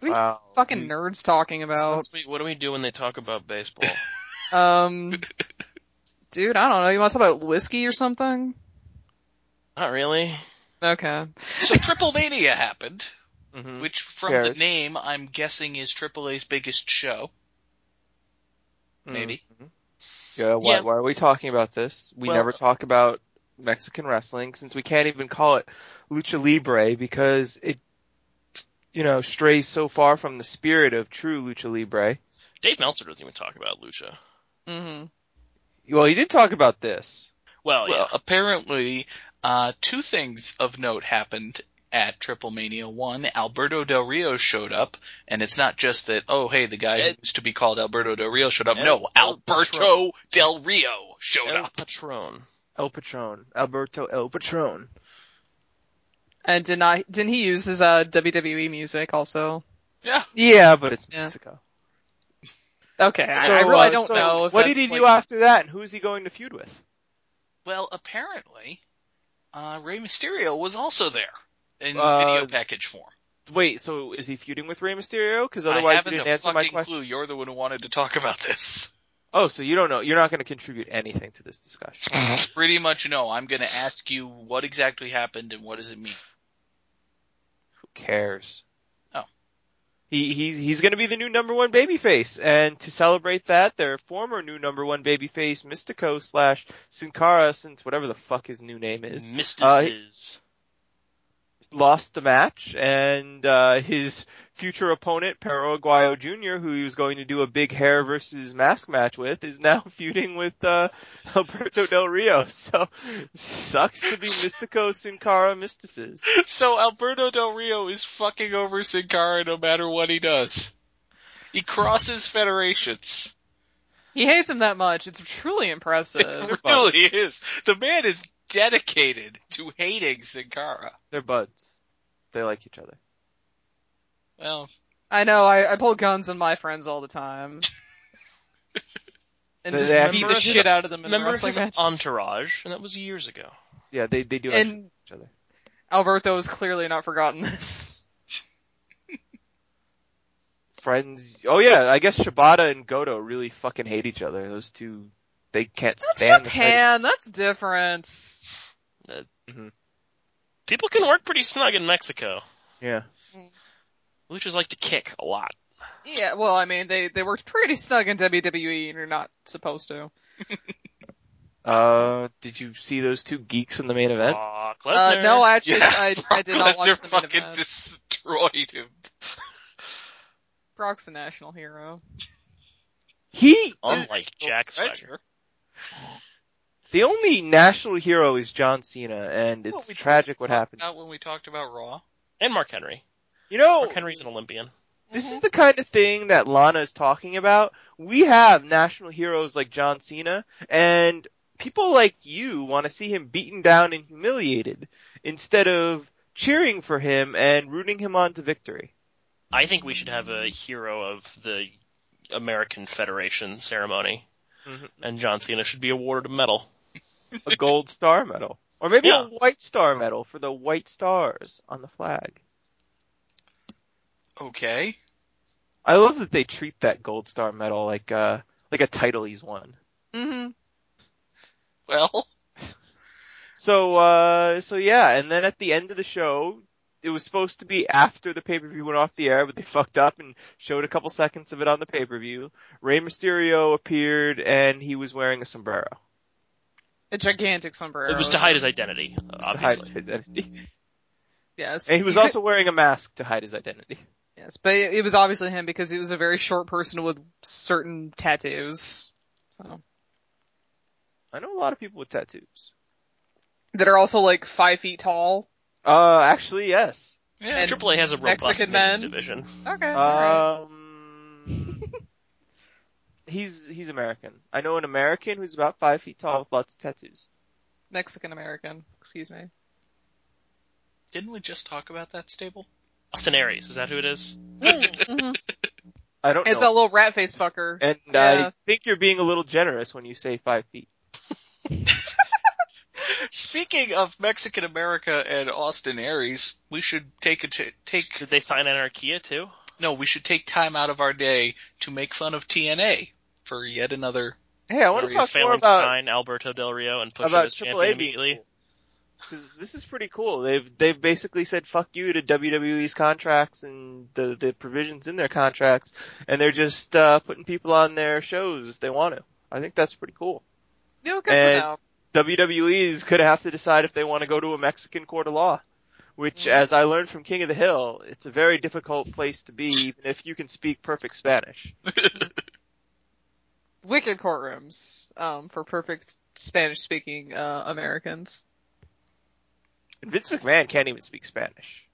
Speaker 4: What are you
Speaker 2: Wow.
Speaker 4: fucking nerds talking
Speaker 3: So
Speaker 4: about?
Speaker 3: let's be- what do we do when they talk about <laughs> baseball?
Speaker 4: Um, dude, I don't know. You want to talk about whiskey or something?
Speaker 3: Not really.
Speaker 4: Okay.
Speaker 1: So Triple Mania happened,
Speaker 2: Mhm.
Speaker 1: which from
Speaker 2: Yes.
Speaker 1: the name I'm guessing is AAA's biggest show. Maybe.
Speaker 2: Mhm. Yeah, why,
Speaker 3: Yeah.
Speaker 2: why are we talking about this? We
Speaker 1: Well-
Speaker 2: never talk about Mexican wrestling since we can't even call it lucha libre because it, you know, strays so far from the spirit of true lucha libre.
Speaker 3: Dave Meltzer doesn't even talk about Lucha.
Speaker 4: hmm
Speaker 2: Well, he did talk about this.
Speaker 3: Well, yeah.
Speaker 1: Well, apparently, uh, two things of note happened at Triple Mania. One, Alberto Del Rio showed up, and it's not just that, oh hey, the guy who
Speaker 3: Ed-
Speaker 1: used to be called Alberto Del Rio showed up.
Speaker 3: Ed-
Speaker 1: no,
Speaker 3: El
Speaker 1: Alberto Del Rio showed
Speaker 3: El
Speaker 1: up.
Speaker 3: Patron.
Speaker 2: El Patron. Alberto El Patron.
Speaker 4: And did not didn't he use his uh, WWE music also?
Speaker 1: Yeah.
Speaker 2: Yeah, but it's
Speaker 4: Yeah.
Speaker 2: Mexico.
Speaker 4: Okay, I, I
Speaker 2: So,
Speaker 4: really
Speaker 2: uh,
Speaker 4: don't
Speaker 2: so
Speaker 4: know. If
Speaker 2: What
Speaker 4: that's,
Speaker 2: did he
Speaker 4: like,
Speaker 2: do after that and who is he going to feud with?
Speaker 1: Well, apparently, uh, Rey Mysterio was also there in
Speaker 2: Uh,
Speaker 1: video package form.
Speaker 2: Wait, so is he feuding with Rey Mysterio? Because
Speaker 1: I
Speaker 2: otherwise you
Speaker 1: haven't
Speaker 2: didn't
Speaker 1: a
Speaker 2: answer my
Speaker 1: fucking
Speaker 2: question.
Speaker 1: clue. You're the one who wanted to talk about this.
Speaker 2: Oh, so you don't know. You're not going to contribute anything to this discussion.
Speaker 1: Pretty much no. I'm going to ask you what exactly happened and what does it mean.
Speaker 2: cares?
Speaker 1: Oh.
Speaker 2: He, he, he's gonna be the new number one babyface, and to celebrate that, their former new number one babyface, Mystico slash Sin Cara, since whatever the fuck his new name is, uh,
Speaker 3: Mystices.
Speaker 2: lost the match, and, uh, his future opponent, Paraguayo Jr., who he was going to do a big hair versus mask match with, is now <laughs> feuding with, uh, Alberto Del Rio, <laughs> so, sucks to be Mystico Sin Cara Mystices.
Speaker 1: <laughs> So Alberto Del Rio is fucking over Sin Cara no matter what he does. He crosses <laughs> federations.
Speaker 4: He hates him that much. It's truly impressive.
Speaker 1: It <laughs> really is. The man is dedicated to hating Sin Cara.
Speaker 2: They're buds. They like each other.
Speaker 1: Well,
Speaker 4: I know. I, I pull guns on my friends all the <laughs> time. And
Speaker 2: They-
Speaker 4: just
Speaker 2: they have-
Speaker 4: beat the
Speaker 3: Remember his-
Speaker 4: shit out of them in
Speaker 3: Remember
Speaker 4: wrestling
Speaker 3: his
Speaker 4: matches.
Speaker 3: entourage, and that was years ago.
Speaker 2: Yeah, they they do actually
Speaker 4: And
Speaker 2: like each other.
Speaker 4: Alberto has clearly not forgotten this.
Speaker 2: Friends. Oh yeah, I guess Shibata and Goto really fucking hate each other. Those two, they can't
Speaker 4: That's
Speaker 2: stand. the sight
Speaker 4: Japan. That's different.
Speaker 3: People can work pretty snug in Mexico.
Speaker 2: of- Yeah.
Speaker 3: Luchas like to kick a lot.
Speaker 4: Yeah, well, I mean, they they worked pretty snug in WWE, and you're not supposed to.
Speaker 2: Uh, did you see those two geeks in the main event?
Speaker 3: Brock
Speaker 4: Uh,
Speaker 3: Lesnar.
Speaker 4: no, I
Speaker 1: <laughs> <laughs>
Speaker 4: actually,
Speaker 1: yeah,
Speaker 4: I, I did not
Speaker 1: Lesnar
Speaker 4: watch the main
Speaker 1: fucking
Speaker 4: event.
Speaker 1: destroyed <laughs> him.
Speaker 4: Brock's a national hero.
Speaker 2: He,
Speaker 3: Unlike Jack Swagger.
Speaker 2: the only national hero is John Cena, and
Speaker 1: That's what
Speaker 2: it's
Speaker 1: we
Speaker 2: tragic what happened.
Speaker 1: Not when we talked about Raw.
Speaker 3: And Mark Henry.
Speaker 2: You know,
Speaker 3: Mark Henry's an Olympian.
Speaker 2: This is the kind of thing that Lana is talking about. We have national heroes like John Cena, and people like you want to see him beaten down and humiliated instead of cheering for him and rooting him on to victory.
Speaker 3: I think we should have a hero of the American Federation ceremony.
Speaker 2: Mhm.
Speaker 3: And John Cena should be awarded a medal.
Speaker 1: <laughs>
Speaker 2: A gold star medal. Or maybe
Speaker 3: Yeah.
Speaker 2: a White Star medal for the white stars on the flag.
Speaker 1: Okay.
Speaker 2: I love that they treat that Gold Star medal like uh like a title he's won.
Speaker 4: hmm
Speaker 1: Well,
Speaker 2: So uh so yeah, and then at the end of the show, it was supposed to be after the pay-per-view went off the air, but they fucked up and showed a couple seconds of it on the pay-per-view. Rey Mysterio appeared and he was wearing a sombrero.
Speaker 4: A gigantic sombrero.
Speaker 3: It was to hide his identity,
Speaker 2: Just to hide
Speaker 3: obviously.
Speaker 2: his identity.
Speaker 4: Yes.
Speaker 2: And he was
Speaker 4: You
Speaker 2: also wearing a mask to hide his identity.
Speaker 4: could- <laughs> yes, but it, it was obviously him because he was a very short person with certain tattoos. So.
Speaker 2: I know a lot of people with tattoos.
Speaker 4: That are also like five feet tall.
Speaker 2: Uh actually yes.
Speaker 1: yeah.
Speaker 4: And-
Speaker 3: AAA has a robust
Speaker 4: Mexican
Speaker 3: men's
Speaker 4: men.
Speaker 3: division.
Speaker 4: Okay.
Speaker 2: Uh, Um, <laughs> he's he's American. I know an American who's about five feet tall with lots of tattoos.
Speaker 4: Mexican American. Excuse me.
Speaker 1: Didn't we just talk about that stable?
Speaker 3: Austin Aries, is that who it is?
Speaker 4: Mhm.
Speaker 2: I don't
Speaker 4: <laughs> It's a
Speaker 2: know.
Speaker 4: little rat face fucker.
Speaker 2: mm-hmm.
Speaker 3: <laughs>
Speaker 2: and
Speaker 4: yeah.
Speaker 2: I think you're being a little generous when you say five feet.
Speaker 1: Speaking of Mexican America and Austin Aries, we should take a ch- take
Speaker 3: Did they sign Anarchia too?
Speaker 1: no, we should take time out of our day to make fun of TNA for yet another.
Speaker 2: Hey, I want
Speaker 1: Or
Speaker 2: to
Speaker 1: he's
Speaker 2: talk more
Speaker 3: Failing to
Speaker 2: about
Speaker 3: sign Alberto Del Rio and push him
Speaker 2: about
Speaker 3: as champion
Speaker 2: AAA
Speaker 3: immediately.
Speaker 2: because this is pretty cool. They've they've basically said fuck you to WWE's contracts and the the provisions in their contracts, and they're just uh, putting people on their shows if they want to. I think that's pretty cool.
Speaker 4: No, good
Speaker 2: and-
Speaker 4: for now.
Speaker 2: WWE's could have to decide if they want to go to a Mexican court of law, which,
Speaker 3: Mm-hmm.
Speaker 4: Mm.
Speaker 2: as I learned from King of the Hill, it's a very difficult place to be, even if you can speak perfect Spanish.
Speaker 4: Wicked courtrooms um, for perfect Spanish speaking uh, Americans.
Speaker 2: And Vince McMahon can't even speak Spanish.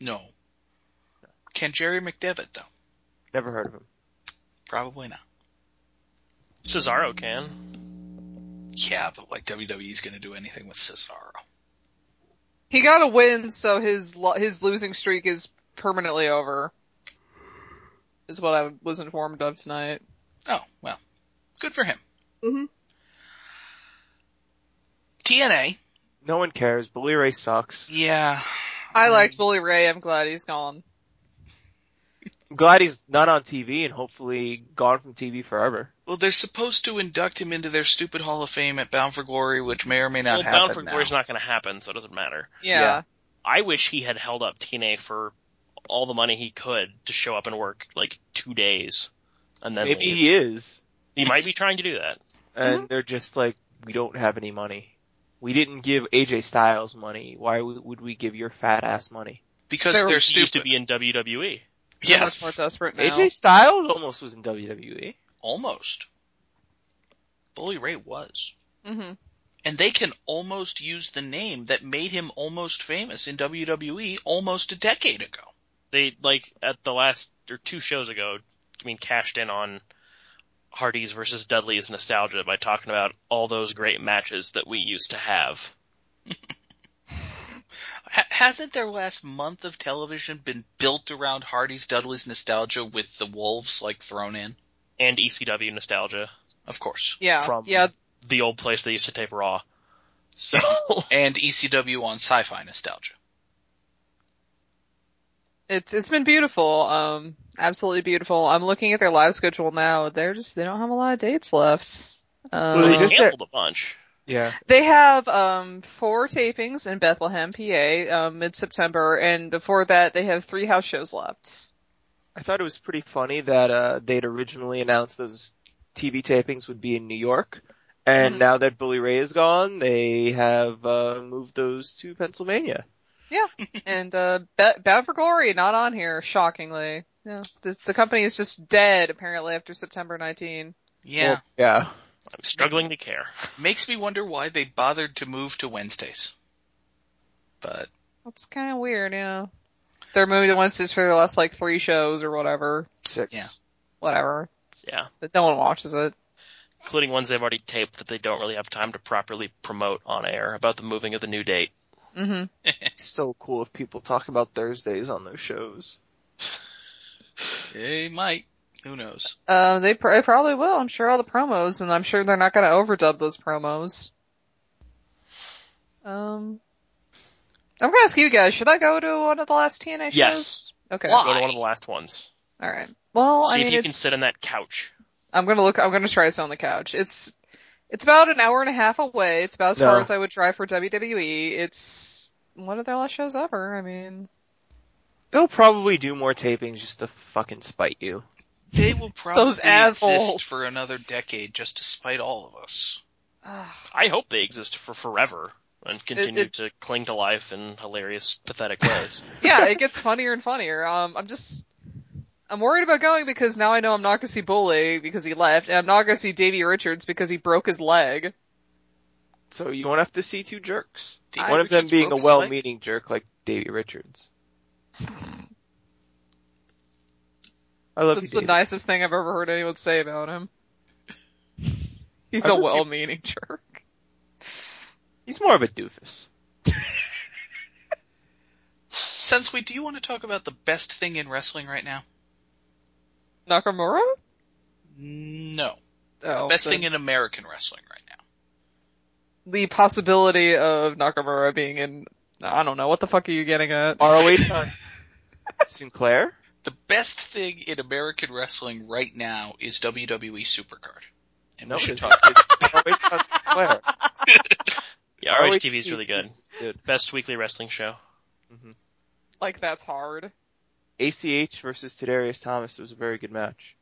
Speaker 1: No. Can Jerry McDevitt though?
Speaker 2: Never heard of him.
Speaker 1: Probably not.
Speaker 3: Cesaro can.
Speaker 1: Yeah, but like WWE's going to do anything with Cesaro.
Speaker 4: He got a win, so his lo- his losing streak is permanently over. Is what I was informed of tonight.
Speaker 1: Oh well, good for him.
Speaker 4: Mhm.
Speaker 1: TNA.
Speaker 2: No one cares. Bully Ray sucks.
Speaker 1: Yeah.
Speaker 2: Hmm.
Speaker 4: I liked Bully Ray. I'm glad he's gone.
Speaker 2: I'm glad he's not on TV and hopefully gone from TV forever.
Speaker 1: Well, they're supposed to induct him into their stupid Hall of Fame at Bound for Glory, which may or may not
Speaker 3: well,
Speaker 1: happen
Speaker 3: Bound for
Speaker 1: now.
Speaker 3: Glory's not going to happen, so it doesn't matter.
Speaker 4: Yeah.
Speaker 2: Yeah.
Speaker 3: I wish he had held up TNA for all the money he could to show up and work like two days, and then
Speaker 2: Maybe
Speaker 3: leave.
Speaker 2: he is,
Speaker 3: he might be trying to do that.
Speaker 2: and they're just like, we don't have any money. We didn't give AJ Styles money. Why w- would we give your fat ass money?
Speaker 1: because
Speaker 4: There
Speaker 1: they're
Speaker 4: was-
Speaker 3: He
Speaker 1: stupid.
Speaker 3: used to be in E. WWE.
Speaker 4: They're much
Speaker 1: yes,
Speaker 4: more desperate now.
Speaker 2: AJ Styles almost was in E. WWE.
Speaker 1: almost. Bully Ray was,
Speaker 4: hmm
Speaker 1: and they can almost use the name that made him almost famous in WWE almost a decade ago.
Speaker 3: They like at the last or two shows ago. I mean, cashed in on Hardy's versus Dudley's nostalgia by talking about all those great matches that we used to have.
Speaker 1: Ha- hasn't their last month of television been built around Hardy's Dudley's nostalgia with the Wolves like thrown in?
Speaker 3: And ECW nostalgia,
Speaker 1: Of course.
Speaker 4: Yeah.
Speaker 2: From-
Speaker 4: Yeah.
Speaker 3: the old place they used to tape Raw. So
Speaker 1: And ECW on sci-fi nostalgia.
Speaker 4: It's it's been beautiful. Um, absolutely beautiful. I'm looking at their live schedule now. They're just they don't have a lot of dates left. Um,
Speaker 2: Well,
Speaker 3: they
Speaker 2: they just-
Speaker 3: canceled a bunch.
Speaker 2: Yeah.
Speaker 4: They have um four tapings in Bethlehem, PA, um, mid September, and before that they have three house shows left.
Speaker 2: I thought it was pretty funny that uh, they'd originally announced those TV tapings would be in New York,
Speaker 1: Mm-hmm.
Speaker 2: and
Speaker 4: Mhm.
Speaker 2: now that Billy Ray is gone, they have uh, moved those to Pennsylvania.
Speaker 4: and uh, Ba- Bound for Glory not on here, shockingly. Yeah, the, the company is just dead apparently after September 19.
Speaker 1: Yeah.
Speaker 2: Well, yeah.
Speaker 3: I'm struggling to care.
Speaker 1: Makes me wonder why they bothered to move to Wednesdays. But
Speaker 4: That's kind of weird. Yeah, they're moving to Wednesdays for the last like three shows or whatever,
Speaker 2: Six.
Speaker 1: Yeah.
Speaker 4: whatever.
Speaker 3: Yeah.
Speaker 4: But no one watches it.
Speaker 3: including ones they've already taped that they don't really have time to properly promote on air about the moving of the new date.
Speaker 4: hmm
Speaker 2: So cool if people talk about Thursdays on those shows.
Speaker 1: they might. Who knows?
Speaker 4: Um, they, pr- they probably will. I'm sure all the promos, and I'm sure they're not going to overdub those promos. Um, I'm gonna ask you guys, should I go to one of the last TNA shows?
Speaker 3: Yes.
Speaker 4: Okay.
Speaker 1: Why?
Speaker 3: Go to one of the last ones.
Speaker 4: All right. Well,
Speaker 3: See
Speaker 4: I
Speaker 3: if
Speaker 4: mean,
Speaker 3: you
Speaker 4: it's,
Speaker 3: can sit on that couch.
Speaker 4: I'm gonna look. I'm gonna try this on the couch. It's it's about an hour and a half away. It's about as
Speaker 2: No.
Speaker 4: far as I would drive for WWE. It's one of their last shows ever. I mean, <sighs>
Speaker 2: They'll probably do more tapings just to fucking spite you.
Speaker 1: They will probably
Speaker 4: Those assholes.
Speaker 1: exist for another decade just to spite all of us.
Speaker 4: ugh,
Speaker 3: I hope they exist for forever and continue
Speaker 4: it-
Speaker 3: to cling to life in hilarious,
Speaker 4: <laughs>
Speaker 3: pathetic ways.
Speaker 4: yeah, it gets funnier and funnier. Um, I'm just I'm worried about going because now I know I'm not gonna see Bully because he left, and I'm not gonna see Davey Richards because he broke his leg.
Speaker 2: So you won't have to see two jerks.
Speaker 1: Davey
Speaker 2: One of them
Speaker 1: Richards
Speaker 2: being a
Speaker 1: broke his leg?
Speaker 2: well-meaning jerk like
Speaker 1: <laughs>
Speaker 2: Davy Richards. I love
Speaker 4: That's
Speaker 2: you,
Speaker 4: the
Speaker 2: Davey.
Speaker 4: nicest thing I've ever heard anyone say about him. <laughs> He's
Speaker 2: I
Speaker 4: a
Speaker 2: love you.
Speaker 4: well-meaning jerk.
Speaker 2: He's more of a doofus.
Speaker 1: Since we do you want to talk about the best thing in wrestling right now?
Speaker 4: Nakamura?
Speaker 1: No.
Speaker 4: Oh,
Speaker 1: best
Speaker 4: the-
Speaker 1: thing in American wrestling right now.
Speaker 4: the possibility of Nakamura being in. I don't know. What the fuck are you getting at?
Speaker 2: ROH on <laughs> Sinclair?
Speaker 1: The best thing in American wrestling right now is WWE Supercard. And we
Speaker 2: No, it
Speaker 1: should
Speaker 2: isn't.
Speaker 1: talk
Speaker 2: <laughs> It's ROH on Sinclair.
Speaker 3: Yeah, ROH TV is really good.
Speaker 2: Good.
Speaker 3: Best weekly wrestling show.
Speaker 4: Like that's hard.
Speaker 2: ACH versus Tadarius Thomas was a very good match.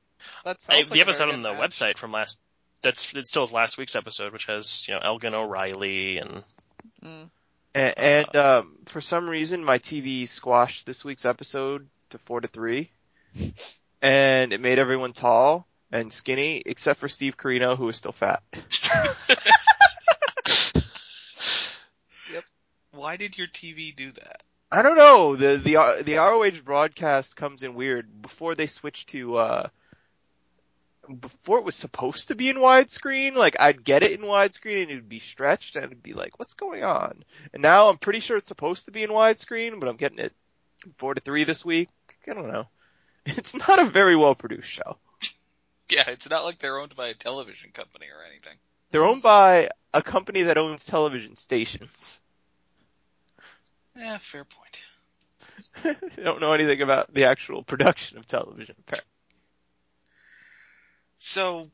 Speaker 4: That
Speaker 3: I,
Speaker 4: sounds
Speaker 3: we
Speaker 4: like
Speaker 3: have
Speaker 4: a
Speaker 3: us out
Speaker 4: very
Speaker 3: on the
Speaker 4: good match.
Speaker 3: website from last. That's it's still last week's episode, which has you know Elgin O'Reilly and
Speaker 4: Mm.
Speaker 2: And, and um, for some reason, my TV squashed this week's episode to four to <laughs> three, and it made everyone tall and skinny except for Steve Carino, who is still fat.
Speaker 1: Why did your TV do that? <laughs>
Speaker 2: I don't know. The the R- the ROH broadcast comes in weird. Before they switched to uh before it was supposed to be in widescreen, like I'd get it in widescreen and it'd be stretched and it'd be like, what's going on? And now I'm pretty sure it's supposed to be in widescreen, but I'm getting it four to three this week. I don't know. <laughs> It's not a very well produced show.
Speaker 1: Yeah, it's not like they're owned by a television company or anything.
Speaker 2: They're owned by a company that owns television stations. <laughs>
Speaker 1: Eh, fair point.
Speaker 2: they don't know anything about the actual production of television. Apparently.
Speaker 1: So,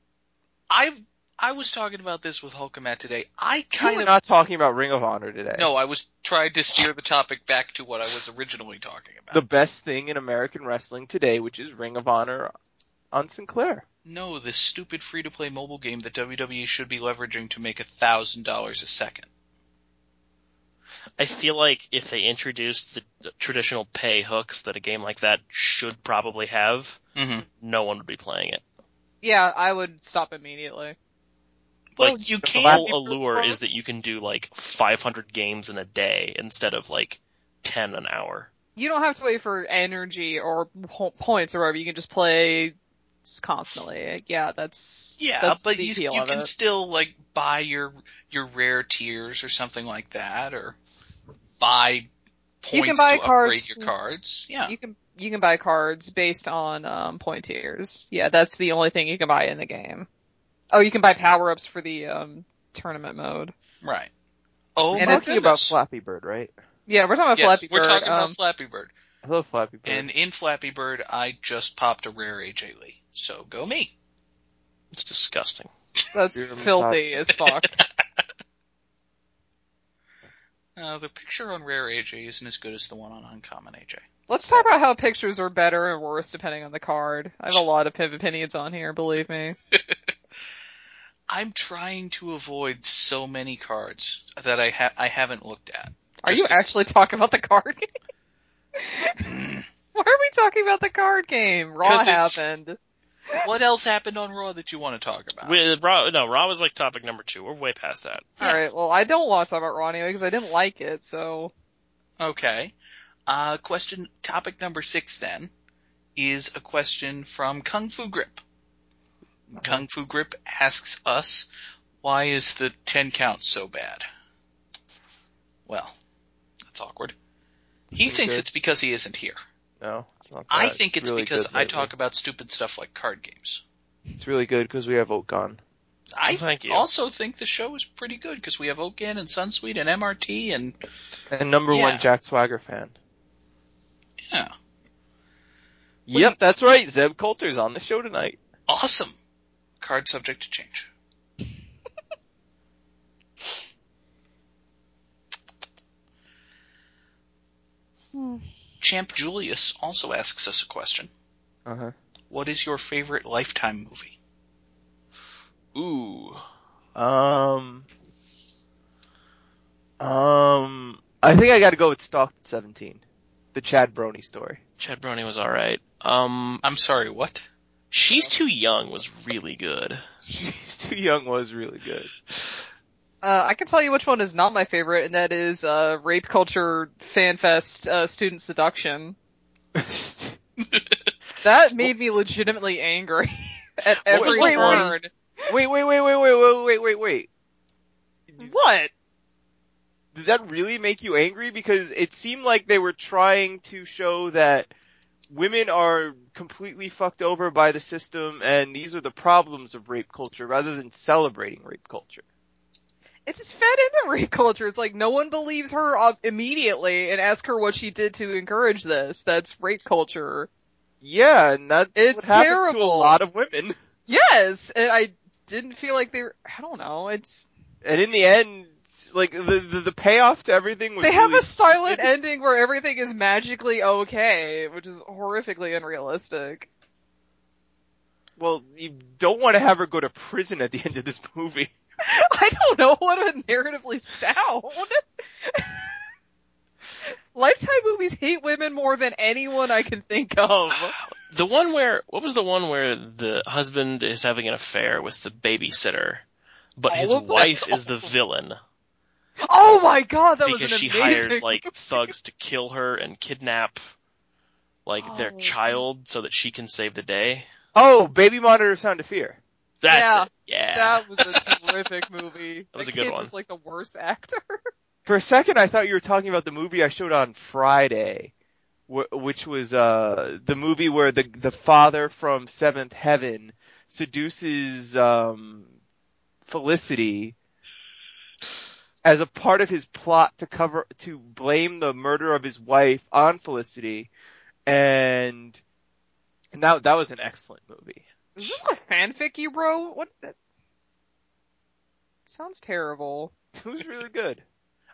Speaker 1: I I was talking about this with Hulk and Matt today. I
Speaker 2: You
Speaker 1: kind
Speaker 2: were
Speaker 1: of
Speaker 2: not talking about Ring of Honor today.
Speaker 1: no, I was trying to steer the topic back to what I was originally talking about.
Speaker 2: the best thing in American wrestling today, which is Ring of Honor on Sinclair.
Speaker 1: No, this stupid free to play mobile game that WWE should be leveraging to make a thousand dollars a second.
Speaker 3: I feel like if they introduced the traditional pay hooks that a game like that should probably have,
Speaker 1: Mm-hmm.
Speaker 3: no one would be playing it.
Speaker 4: Yeah, I would stop immediately.
Speaker 1: Well,
Speaker 3: Like,
Speaker 1: you
Speaker 3: The
Speaker 1: can.
Speaker 3: whole
Speaker 2: Happy Fruit
Speaker 3: allure
Speaker 2: Bar?
Speaker 3: is that you can do like 500 games in a day instead of like 10 an hour.
Speaker 4: You don't have to wait for energy or po- points or whatever. You can just play just constantly. Yeah, that's
Speaker 1: Yeah,
Speaker 4: that's
Speaker 1: but
Speaker 4: the
Speaker 1: you,
Speaker 4: appeal
Speaker 1: you
Speaker 4: of
Speaker 1: can
Speaker 4: it.
Speaker 1: still like buy your your rare tiers or something like that, or buy points
Speaker 4: You can buy
Speaker 1: to upgrade
Speaker 4: cards.
Speaker 1: your cards. Yeah,
Speaker 4: You can you can buy cards based on um, point tiers. Yeah, that's the only thing you can buy in the game. Oh, you can buy power ups for the um, tournament mode.
Speaker 1: right. Oh,
Speaker 4: And
Speaker 1: my
Speaker 4: it's-
Speaker 2: talking about
Speaker 1: goodness.
Speaker 2: Flappy Bird, right?
Speaker 4: Yeah, we're talking about
Speaker 1: Yes,
Speaker 4: Flappy
Speaker 1: we're
Speaker 4: Bird.
Speaker 1: talking about
Speaker 4: um,
Speaker 1: Flappy Bird.
Speaker 2: I love Flappy Bird.
Speaker 1: And in Flappy Bird, I just popped a rare AJ Lee. So go me.
Speaker 3: It's disgusting.
Speaker 4: That's
Speaker 2: Freedom
Speaker 4: filthy as
Speaker 2: <laughs>
Speaker 4: fuck.
Speaker 1: Uh, the picture on rare AJ isn't as good as the one on uncommon AJ.
Speaker 4: Let's talk about how pictures are better and worse depending on the card. I have a lot of pimp opinions on here, believe me.
Speaker 1: I'm trying to avoid so many cards that I ha- I haven't looked at.
Speaker 4: Are
Speaker 1: Just
Speaker 4: you
Speaker 1: 'cause-
Speaker 4: actually talking about the card game?
Speaker 2: <laughs>
Speaker 4: Why are we talking about the card game? Raw
Speaker 1: 'Cause it's-
Speaker 4: happened.
Speaker 1: What else happened on Raw that you want to talk about?
Speaker 3: We, Raw, no, Raw was like topic number two. We're way past that.
Speaker 4: Alright, well I don't want to talk about Raw anyway because I didn't like it, so.
Speaker 1: Okay. Uh, question topic number six then is a question from Kung Fu Grip. Kung Fu Grip asks us, why is the 10 count so bad? Well, that's awkward. He
Speaker 2: Pretty
Speaker 1: thinks
Speaker 2: good.
Speaker 1: it's because he isn't here.
Speaker 2: no, it's not. That.
Speaker 1: I think it's
Speaker 2: really
Speaker 1: because
Speaker 2: good
Speaker 1: I
Speaker 2: lately.
Speaker 1: talk about stupid stuff like card games.
Speaker 2: It's really good because we have Oakon.
Speaker 1: I
Speaker 3: Thank you.
Speaker 1: also think the show is pretty good because we have Oakin and Sunsweet and MRT and
Speaker 2: And number
Speaker 1: Yeah.
Speaker 2: one Jack Swagger fan.
Speaker 1: yeah,
Speaker 2: Yep, that's right. Zeb Coulter's on the show tonight.
Speaker 1: awesome. Card subject to change. Champ Julius also asks us a question.
Speaker 2: Uh
Speaker 4: Uh-huh.
Speaker 2: huh.
Speaker 1: What is your favorite Lifetime movie?
Speaker 3: Ooh.
Speaker 2: Um, um, I think I gotta go with Stalked at 17. The Chad Brony story.
Speaker 3: Chad Brony was alright. Um,
Speaker 1: I'm sorry, what?
Speaker 3: She's Too Young was really good.
Speaker 2: <laughs> She's too young was really <laughs> good.
Speaker 4: Uh, I can tell you which one is not my favorite, and that is uh, Rape Culture Fan Fest uh, Student Seduction. That made me legitimately angry <laughs> at
Speaker 2: What
Speaker 4: every
Speaker 2: was the one-
Speaker 4: word.
Speaker 2: wait, wait, wait, wait, wait, wait, wait, wait, wait.
Speaker 4: What?
Speaker 2: Did that really make you angry? Because it seemed like they were trying to show that women are completely fucked over by the system and these are the problems of rape culture rather than celebrating rape culture.
Speaker 4: It's just fed into rape culture. It's like no one believes her uh, immediately and ask her what she did to encourage this. That's rape culture.
Speaker 2: Yeah, and that's
Speaker 4: It's
Speaker 2: what happens to a
Speaker 4: terrible.
Speaker 2: lot of women.
Speaker 4: Yes, and I didn't feel like they were, I don't know, it's,
Speaker 2: And in the end, like the the, the payoff to everything was
Speaker 4: they have
Speaker 2: really
Speaker 4: a silent ending where everything is magically okay, which is horrifically unrealistic. <laughs>
Speaker 2: well. You don't want to have her go to prison at the <laughs> end of this movie.
Speaker 4: I don't know what would narratively sound. <laughs> Lifetime movies hate women more than anyone I can think of.
Speaker 3: The one where, what was the one where the husband is having an affair with the babysitter, but
Speaker 4: All
Speaker 3: his
Speaker 4: of them?
Speaker 3: wife
Speaker 4: That's
Speaker 3: is the villain
Speaker 4: Oh my god, that
Speaker 3: because
Speaker 4: was an
Speaker 3: she
Speaker 4: amazing
Speaker 3: hires like thugs to kill her and kidnap like their
Speaker 4: Oh.
Speaker 3: child so that she can save the day.
Speaker 2: Oh, baby monitor sound of fear.
Speaker 3: That's
Speaker 4: Yeah.
Speaker 3: it. <laughs> Yeah.
Speaker 4: That was a terrific movie.
Speaker 3: That was
Speaker 4: The
Speaker 3: a good
Speaker 4: kid
Speaker 3: one.
Speaker 4: Was like the worst actor.
Speaker 2: For a second, I thought you were talking about the movie I showed on Friday, wh- which was uh the movie where the the father from Seventh Heaven seduces um Felicity as a part of his plot to cover to blame the murder of his wife on Felicity, and and that that was an excellent movie.
Speaker 4: <laughs> Is this a fanfic you wrote? What? That...
Speaker 3: <laughs>
Speaker 4: Sounds terrible.
Speaker 2: It was really good.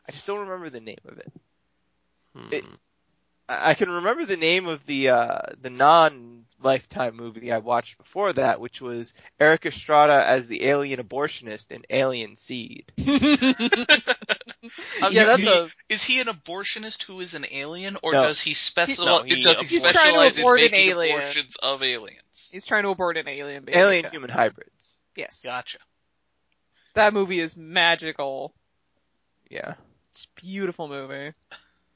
Speaker 2: I just don't remember the name of it.
Speaker 3: Hmm.
Speaker 2: It- I I can remember the name of the uh the non lifetime movie I watched before that, which was Eric Estrada as the alien abortionist in Alien Seed. Oh,
Speaker 1: Um,
Speaker 4: Oh, yeah,
Speaker 1: you-
Speaker 4: that's
Speaker 1: he-
Speaker 4: a.
Speaker 1: Is he an abortionist who is an alien, or
Speaker 2: No.
Speaker 1: does he special?
Speaker 3: No, he
Speaker 1: does he
Speaker 3: He's
Speaker 4: trying to
Speaker 1: specialize in
Speaker 4: abort an
Speaker 1: making
Speaker 4: alien.
Speaker 1: abortions of aliens?
Speaker 4: He's trying to abort an alien baby.
Speaker 2: Alien human hybrids.
Speaker 4: Yes.
Speaker 1: Gotcha.
Speaker 4: That movie is magical.
Speaker 2: Yeah.
Speaker 4: It's a beautiful movie.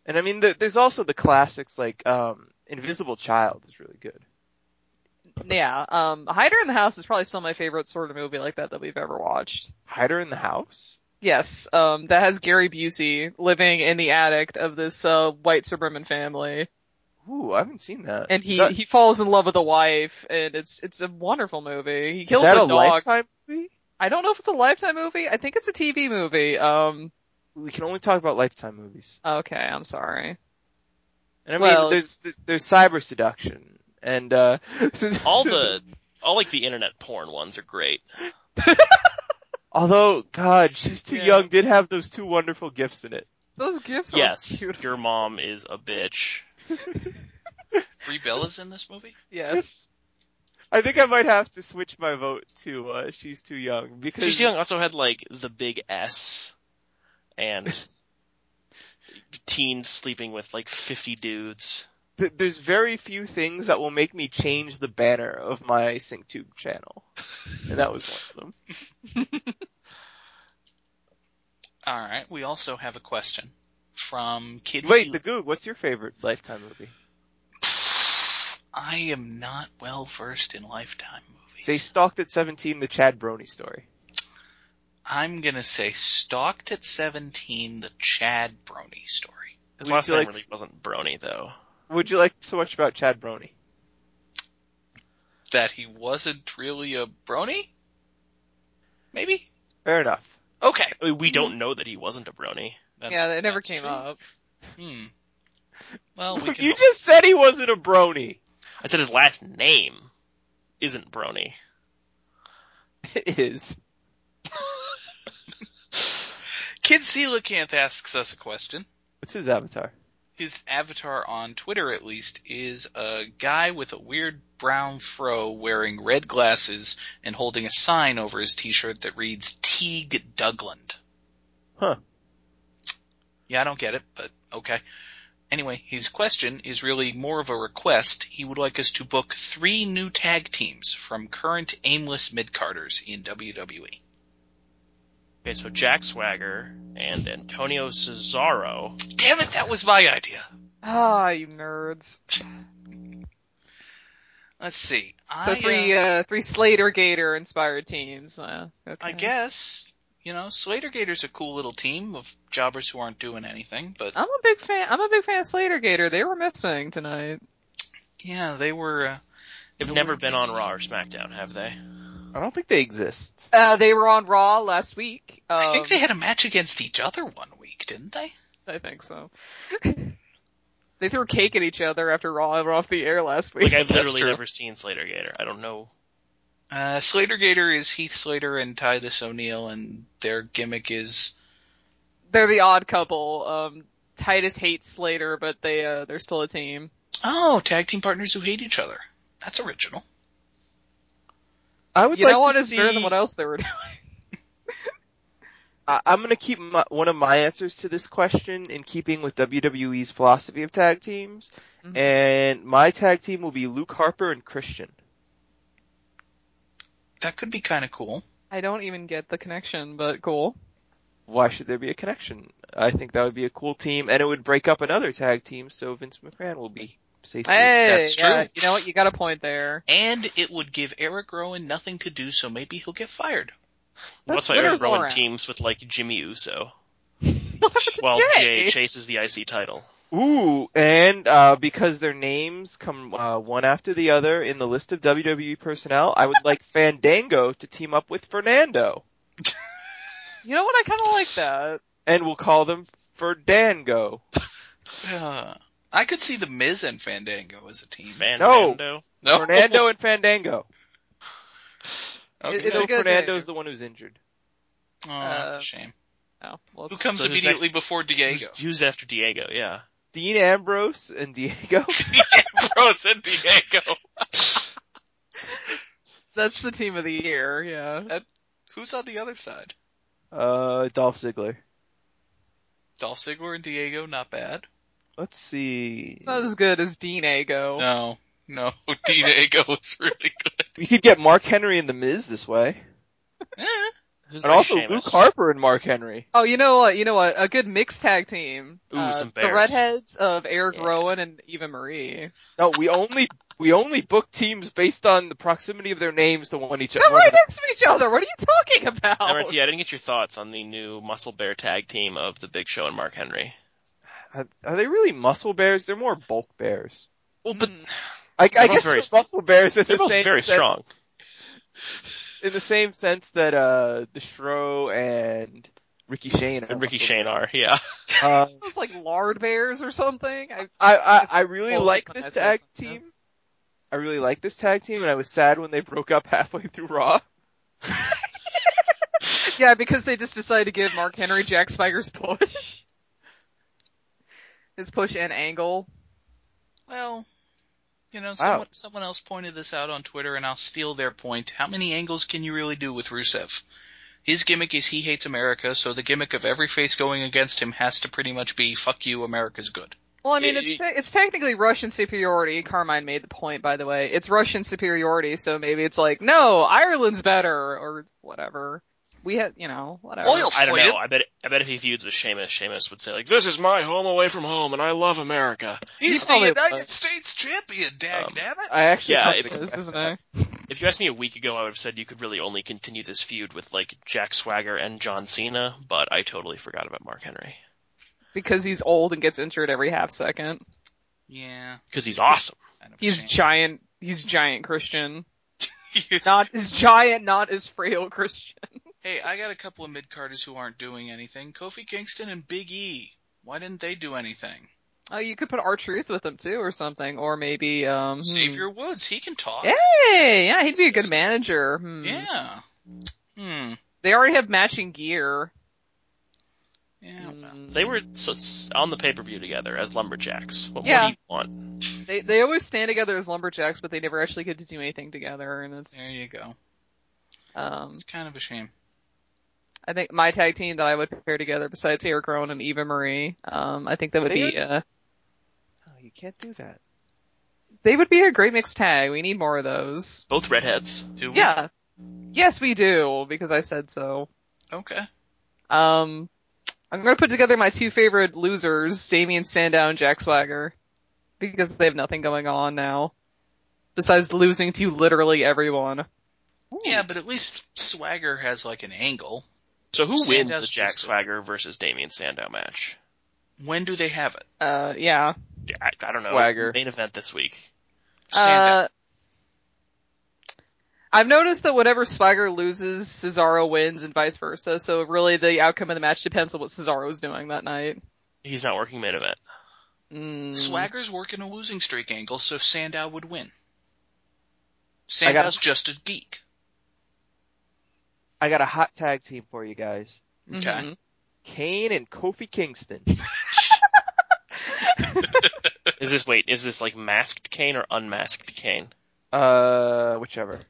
Speaker 2: And I mean the, there's also the classics like um Invisible Child is really good.
Speaker 4: Yeah. Um, Hider in the House is probably still my favorite sort of movie like that that we've ever watched.
Speaker 2: Hider in the House?
Speaker 4: Yes. Um, that has Gary Busey living in the attic of this uh, white suburban family,
Speaker 2: Ooh, I haven't seen that.
Speaker 4: and he
Speaker 2: Is that-
Speaker 4: he falls in love with a wife, and it's it's a wonderful movie. He
Speaker 2: is
Speaker 4: kills
Speaker 2: that
Speaker 4: the
Speaker 2: a
Speaker 4: dog.
Speaker 2: lifetime movie?
Speaker 4: I don't know if it's a Lifetime movie. I think it's a TV movie. Um,
Speaker 2: We can only talk about lifetime movies.
Speaker 4: okay, I'm sorry.
Speaker 2: And I mean
Speaker 4: Well,
Speaker 2: there's
Speaker 4: it's-
Speaker 2: there's cyber seduction and uh <laughs>
Speaker 3: all
Speaker 4: <laughs>
Speaker 3: the, all like the internet porn ones are great.
Speaker 2: Although, God, she's too
Speaker 4: Yeah.
Speaker 2: young did have those two wonderful gifts in it.
Speaker 4: Those gifts
Speaker 3: Yes.
Speaker 4: are beautiful.
Speaker 3: Your mom is a bitch.
Speaker 1: Brie Bella's in this movie.
Speaker 4: <laughs> Yes.
Speaker 2: I think I might have to switch my vote to uh, she's too young because
Speaker 3: She's Young also had like the big S
Speaker 4: <laughs>
Speaker 3: and teens sleeping with like 50 dudes.
Speaker 2: th- there's very few things that will make me change the banner of my SyncTube channel, and that was one of them.
Speaker 1: All right. We also have a question from Kids.
Speaker 2: Wait,
Speaker 1: Who-
Speaker 2: the Goog, what's your favorite Lifetime movie?
Speaker 1: I am not well versed in Lifetime movies.
Speaker 2: Say Stalked at 17, the Chad Brony story.
Speaker 1: I'm gonna say stalked at 17, the Chad Brony story.
Speaker 3: His
Speaker 2: Would
Speaker 3: last
Speaker 2: you
Speaker 3: name
Speaker 2: like
Speaker 3: really
Speaker 2: s-
Speaker 3: wasn't Brony though.
Speaker 2: Would you like so much about Chad Brony?
Speaker 1: That he wasn't really a Brony? Maybe?
Speaker 2: Fair enough.
Speaker 1: Okay.
Speaker 3: I mean, we
Speaker 4: Mm-hmm.
Speaker 3: don't know that he wasn't a brony. That's,
Speaker 4: yeah, it never
Speaker 3: that's
Speaker 4: came
Speaker 3: true.
Speaker 4: up.
Speaker 1: Hmm. Well,
Speaker 2: <laughs>
Speaker 1: we can
Speaker 2: you just said he wasn't a brony.
Speaker 3: I said his last name isn't brony.
Speaker 2: It is.
Speaker 1: Kid Coelacanth asks us a question.
Speaker 2: What's his avatar?
Speaker 1: His avatar on Twitter, at least, is a guy with a weird brown fro wearing red glasses and holding a sign over his t-shirt that reads Teague Dougland.
Speaker 2: Huh.
Speaker 1: Yeah, I don't get it, but okay. Anyway, his question is really more of a request. He would like us to book three new tag teams from current aimless mid-carders in E. WWE.
Speaker 3: Okay, so Jack Swagger and Antonio Cesaro.
Speaker 1: Damn it, that was my idea.
Speaker 4: Ah, you nerds.
Speaker 1: Let's see.
Speaker 4: So
Speaker 1: I,
Speaker 4: three,
Speaker 1: uh,
Speaker 4: uh, three Slater Gator inspired teams. Uh, okay.
Speaker 1: I guess, you know, Slater Gator's a cool little team of jobbers who aren't doing anything, but
Speaker 4: I'm a big fan. I'm a big fan of Slater Gator. They were missing tonight.
Speaker 1: yeah, they were, uh,
Speaker 3: They've never been on Raw or SmackDown, have they?
Speaker 2: I don't think they exist.
Speaker 4: Uh, they were on Raw last <laughs> week. Um,
Speaker 1: I think they had a match against each other one week, didn't they?
Speaker 4: I think so. <laughs> they threw cake at each other after Raw were off the air last
Speaker 3: Like
Speaker 4: week.
Speaker 3: I've
Speaker 1: That's
Speaker 3: literally
Speaker 1: true.
Speaker 3: never seen Slater Gator. I don't know.
Speaker 1: Uh, Slater Gator is Heath Slater and Titus O'Neil, and their gimmick is
Speaker 4: They're the odd couple. Um, Titus hates Slater, but they uh, they're still a team.
Speaker 1: oh, tag team partners who hate each other. That's original.
Speaker 2: I would
Speaker 4: You
Speaker 2: like
Speaker 4: know what
Speaker 2: to
Speaker 4: is
Speaker 2: see.
Speaker 4: better than what else they were doing? <laughs>
Speaker 2: I, I'm going to keep my, one of my answers to this question in keeping with WWE's philosophy of tag teams,
Speaker 4: Mhm.
Speaker 2: and my tag team will be Luke Harper and Christian.
Speaker 1: That could be kind of cool.
Speaker 4: I don't even get the connection, but cool.
Speaker 2: Why should there be a connection? I think that would be a cool team, and it would break up another tag team, so Vince McMahon will be safely.
Speaker 4: Hey,
Speaker 1: That's
Speaker 4: yeah,
Speaker 1: true.
Speaker 4: you know what? You got a point there.
Speaker 1: And it would give Eric Rowan nothing to do, so maybe he'll get <sighs> fired.
Speaker 3: Well, that's
Speaker 4: That's
Speaker 3: why Eric
Speaker 4: winners all
Speaker 3: Rowan
Speaker 4: around.
Speaker 3: teams with like Jimmy Uso <laughs>
Speaker 4: What happened to
Speaker 3: while
Speaker 4: Jay?
Speaker 3: Jay chases the IC title.
Speaker 2: Ooh, and uh, because their names come uh, one after the other in the list of WWE personnel, I would like <laughs> Fandango to team up with Fernando,
Speaker 4: You know what? I kind of like that.
Speaker 2: and we'll call them Ferdango.
Speaker 1: Uh, I could see the Miz and Fandango as a team.
Speaker 3: Van
Speaker 2: No.
Speaker 3: Mando.
Speaker 1: No?
Speaker 2: Fernando and
Speaker 3: <laughs>
Speaker 2: Fandango.
Speaker 1: Okay.
Speaker 4: It- It's
Speaker 2: Though
Speaker 4: a good
Speaker 2: Fernando's
Speaker 4: name.
Speaker 2: the one who's injured.
Speaker 1: oh, that's
Speaker 4: uh,
Speaker 1: a shame.
Speaker 4: Oh, well,
Speaker 1: Who comes
Speaker 3: so who's
Speaker 1: immediately before Diego?
Speaker 3: Who's, who's after Diego? <laughs> Yeah.
Speaker 2: Dean Ambrose and
Speaker 3: <laughs>
Speaker 2: Diego.
Speaker 3: Ambrose and Oh, Diego.
Speaker 4: that's the team of the year. Yeah.
Speaker 1: Who's on the other side?
Speaker 2: uh, Dolph Ziggler.
Speaker 1: Dolph Ziggler and Diego, not bad.
Speaker 2: Let's see.
Speaker 4: It's not as good as Dean Ago.
Speaker 1: No, no, <laughs> Diego was really good.
Speaker 2: We could get Mark Henry and The Miz this way.
Speaker 1: Eh,
Speaker 3: Who's
Speaker 2: And
Speaker 3: next?
Speaker 2: also
Speaker 3: Sheamus?
Speaker 2: Luke Harper and Mark Henry.
Speaker 4: Oh, you know what? You know what? A good mixed tag team.
Speaker 3: Ooh,
Speaker 4: Uh,
Speaker 3: some
Speaker 4: the
Speaker 3: bears.
Speaker 4: redheads of Eric
Speaker 3: Yeah.
Speaker 4: Rowan and Eva Marie.
Speaker 2: No, we only, we only book teams based on the proximity of their names to one each
Speaker 4: They're
Speaker 2: other.
Speaker 4: right next to each other. What are you talking about?
Speaker 3: MRT, I didn't get your thoughts on the new Muscle Bear tag team of the Big Show and Mark Henry.
Speaker 2: Are, are they really muscle bears? They're more bulk bears.
Speaker 3: Well, but
Speaker 4: Mm.
Speaker 2: I, I
Speaker 3: both
Speaker 2: guess
Speaker 3: very-
Speaker 2: they're muscle bears in
Speaker 3: they're
Speaker 2: the
Speaker 3: both
Speaker 2: same
Speaker 3: very
Speaker 2: sense,
Speaker 3: strong.
Speaker 2: in the same sense that uh the Shro and Ricky Shane are
Speaker 3: And Ricky
Speaker 2: muscle
Speaker 3: Shane are, yeah.
Speaker 2: bears. Uh,
Speaker 4: Those like lard bears or something. I,
Speaker 2: I, I,
Speaker 4: This
Speaker 2: I
Speaker 4: is
Speaker 2: really
Speaker 4: bold,
Speaker 2: like
Speaker 4: it's not
Speaker 2: this
Speaker 4: as
Speaker 2: tag
Speaker 4: awesome, yeah.
Speaker 2: team. I really like this tag team and I was sad when they broke up <laughs> halfway through Raw.
Speaker 4: yeah, because they just decided to give Mark Henry Jack Spiker's push. His push and angle.
Speaker 1: well, you know,
Speaker 2: Wow.
Speaker 1: someone, someone else pointed this out on Twitter, and I'll steal their point. How many angles can you really do with Rusev? His gimmick is he hates America, so the gimmick of every face going against him has to pretty much be "fuck you, America's good."
Speaker 4: Well, I mean,
Speaker 3: Yeah,
Speaker 4: it's te- it's technically Russian superiority. Carmine made the point, by the way. It's Russian superiority, so maybe it's like, no, Ireland's better or whatever. We had, you know, whatever.
Speaker 1: Oil
Speaker 3: I don't
Speaker 1: for you.
Speaker 3: know. I bet I bet if he feuds with Sheamus, Sheamus would say like, "This is my home away from home, and I love America."
Speaker 1: He's the
Speaker 4: probably
Speaker 1: United
Speaker 4: right.
Speaker 1: States champion, dag
Speaker 3: Um,
Speaker 1: nabbit.
Speaker 2: I actually
Speaker 3: Yeah,
Speaker 2: kind of
Speaker 3: it-
Speaker 2: expect
Speaker 4: This isn't
Speaker 2: that.
Speaker 4: a-
Speaker 3: If you asked me a week ago, I would have said you could really only continue this feud with like Jack Swagger and John Cena, but I totally forgot about Mark Henry
Speaker 4: because he's old and gets injured every half second.
Speaker 1: Yeah,
Speaker 3: because he's awesome.
Speaker 1: kind of a
Speaker 4: He's
Speaker 1: shame.
Speaker 4: giant.
Speaker 3: <laughs>
Speaker 4: He's giant Christian.
Speaker 1: He's-
Speaker 4: Not as giant, not as frail Christian.
Speaker 1: Hey, I got a couple of mid carders who aren't doing anything. Kofi Kingston and Big E. Why didn't they do anything?
Speaker 4: Oh, you could put R Truth with him too, or something, or maybe um. hmm.
Speaker 1: Xavier Woods, he can talk.
Speaker 4: Hey, yeah, he'd be a good manager. Hmm.
Speaker 1: Yeah. Hmm.
Speaker 4: They already have matching gear.
Speaker 1: Yeah. well.
Speaker 4: Hmm.
Speaker 3: They were so, s- on the pay per view together as lumberjacks. What more
Speaker 4: Yeah.
Speaker 3: do you want?
Speaker 4: They they always stand together as lumberjacks, but they never actually get to do anything together, and
Speaker 1: There
Speaker 4: it's
Speaker 1: you go.
Speaker 4: um.
Speaker 1: It's kind of a shame.
Speaker 4: I think my tag team that I would pair together besides Eric Rowan and Eva Marie, um, I think that would
Speaker 2: They
Speaker 4: be uh,
Speaker 2: Oh, you can't do that.
Speaker 4: they would be a great mixed tag. We need more of those.
Speaker 3: Both redheads.
Speaker 1: Do we?
Speaker 4: Yeah. Yes, we do because I said so.
Speaker 1: Okay.
Speaker 4: Um, I'm gonna put together my two favorite losers, Damien Sandow and Jack Swagger, because they have nothing going on now, besides losing to literally everyone.
Speaker 1: Yeah, but at least Swagger has like an angle.
Speaker 3: So who wins
Speaker 1: Sandow's
Speaker 3: the Jack
Speaker 1: just a-
Speaker 3: Swagger versus Damien Sandow match?
Speaker 1: When do they have it?
Speaker 4: Uh, yeah.
Speaker 3: Yeah, I, I don't know.
Speaker 2: Swagger.
Speaker 3: Main event this week.
Speaker 1: Sandow.
Speaker 4: Uh, I've noticed that whenever Swagger loses, Cesaro wins and vice versa, so really the outcome of the match depends on what Cesaro's doing that night.
Speaker 3: He's not working main event.
Speaker 4: Mm.
Speaker 1: Swagger's working a losing streak angle, so Sandow would win. Sandow's just a geek.
Speaker 2: I got a hot tag team for you guys.
Speaker 1: Okay.
Speaker 4: Mhm.
Speaker 2: Kane and Kofi Kingston.
Speaker 3: Is this wait? Is this like masked Kane or unmasked Kane?
Speaker 2: Uh, whichever.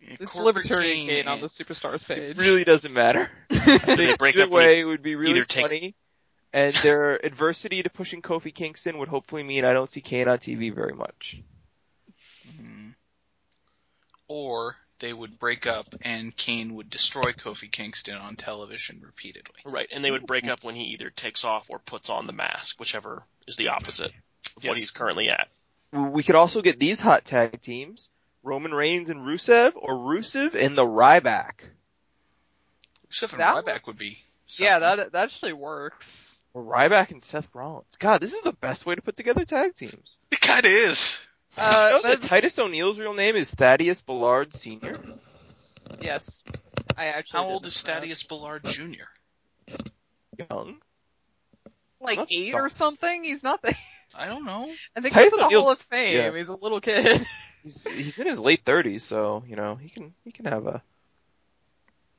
Speaker 4: It's
Speaker 1: Corporate
Speaker 4: Libertarian Kane on
Speaker 1: and-
Speaker 4: the Superstars
Speaker 2: It
Speaker 4: page. <laughs>
Speaker 2: really doesn't
Speaker 3: <laughs>
Speaker 2: matter.
Speaker 3: They break
Speaker 2: Either
Speaker 3: up
Speaker 2: way, it would be really
Speaker 3: either takes-
Speaker 2: funny. And their adversity to pushing Kofi Kingston would hopefully mean I don't see Kane on TV very much.
Speaker 1: Mhm. Or they would break up and Kane would destroy Kofi Kingston on television repeatedly.
Speaker 3: Right, and they would
Speaker 1: Mm-hmm.
Speaker 3: break up when he either takes off or puts on the mask, whichever is the opposite of what
Speaker 1: Yes.
Speaker 3: he's currently at.
Speaker 2: We could also get these hot tag teams: Roman Reigns and Rusev, or Rusev and the Ryback,
Speaker 1: Rusev and
Speaker 4: That-
Speaker 1: Ryback would be. something.
Speaker 4: Yeah, that, that actually works.
Speaker 2: or Ryback and Seth Rollins. God, this is the best way to put together tag teams.
Speaker 1: it kind of is.
Speaker 2: You
Speaker 4: Uh,
Speaker 2: know that Titus O'Neil's real name is Thaddeus Ballard Senior.
Speaker 4: yes. I actually.
Speaker 1: How
Speaker 4: did
Speaker 1: old
Speaker 4: look
Speaker 1: is
Speaker 4: that up.
Speaker 1: Thaddeus Ballard Jr.?
Speaker 2: Young.
Speaker 4: Like
Speaker 2: Let's
Speaker 4: eight
Speaker 2: stop.
Speaker 4: or something? He's not the, <laughs>
Speaker 1: I don't know.
Speaker 4: I think
Speaker 2: Tyson
Speaker 4: he's in the Hall
Speaker 2: Hill's-
Speaker 4: of Fame.
Speaker 2: yeah.
Speaker 4: He's a little kid.
Speaker 2: He's he's in his late thirties, so you know he can he can have a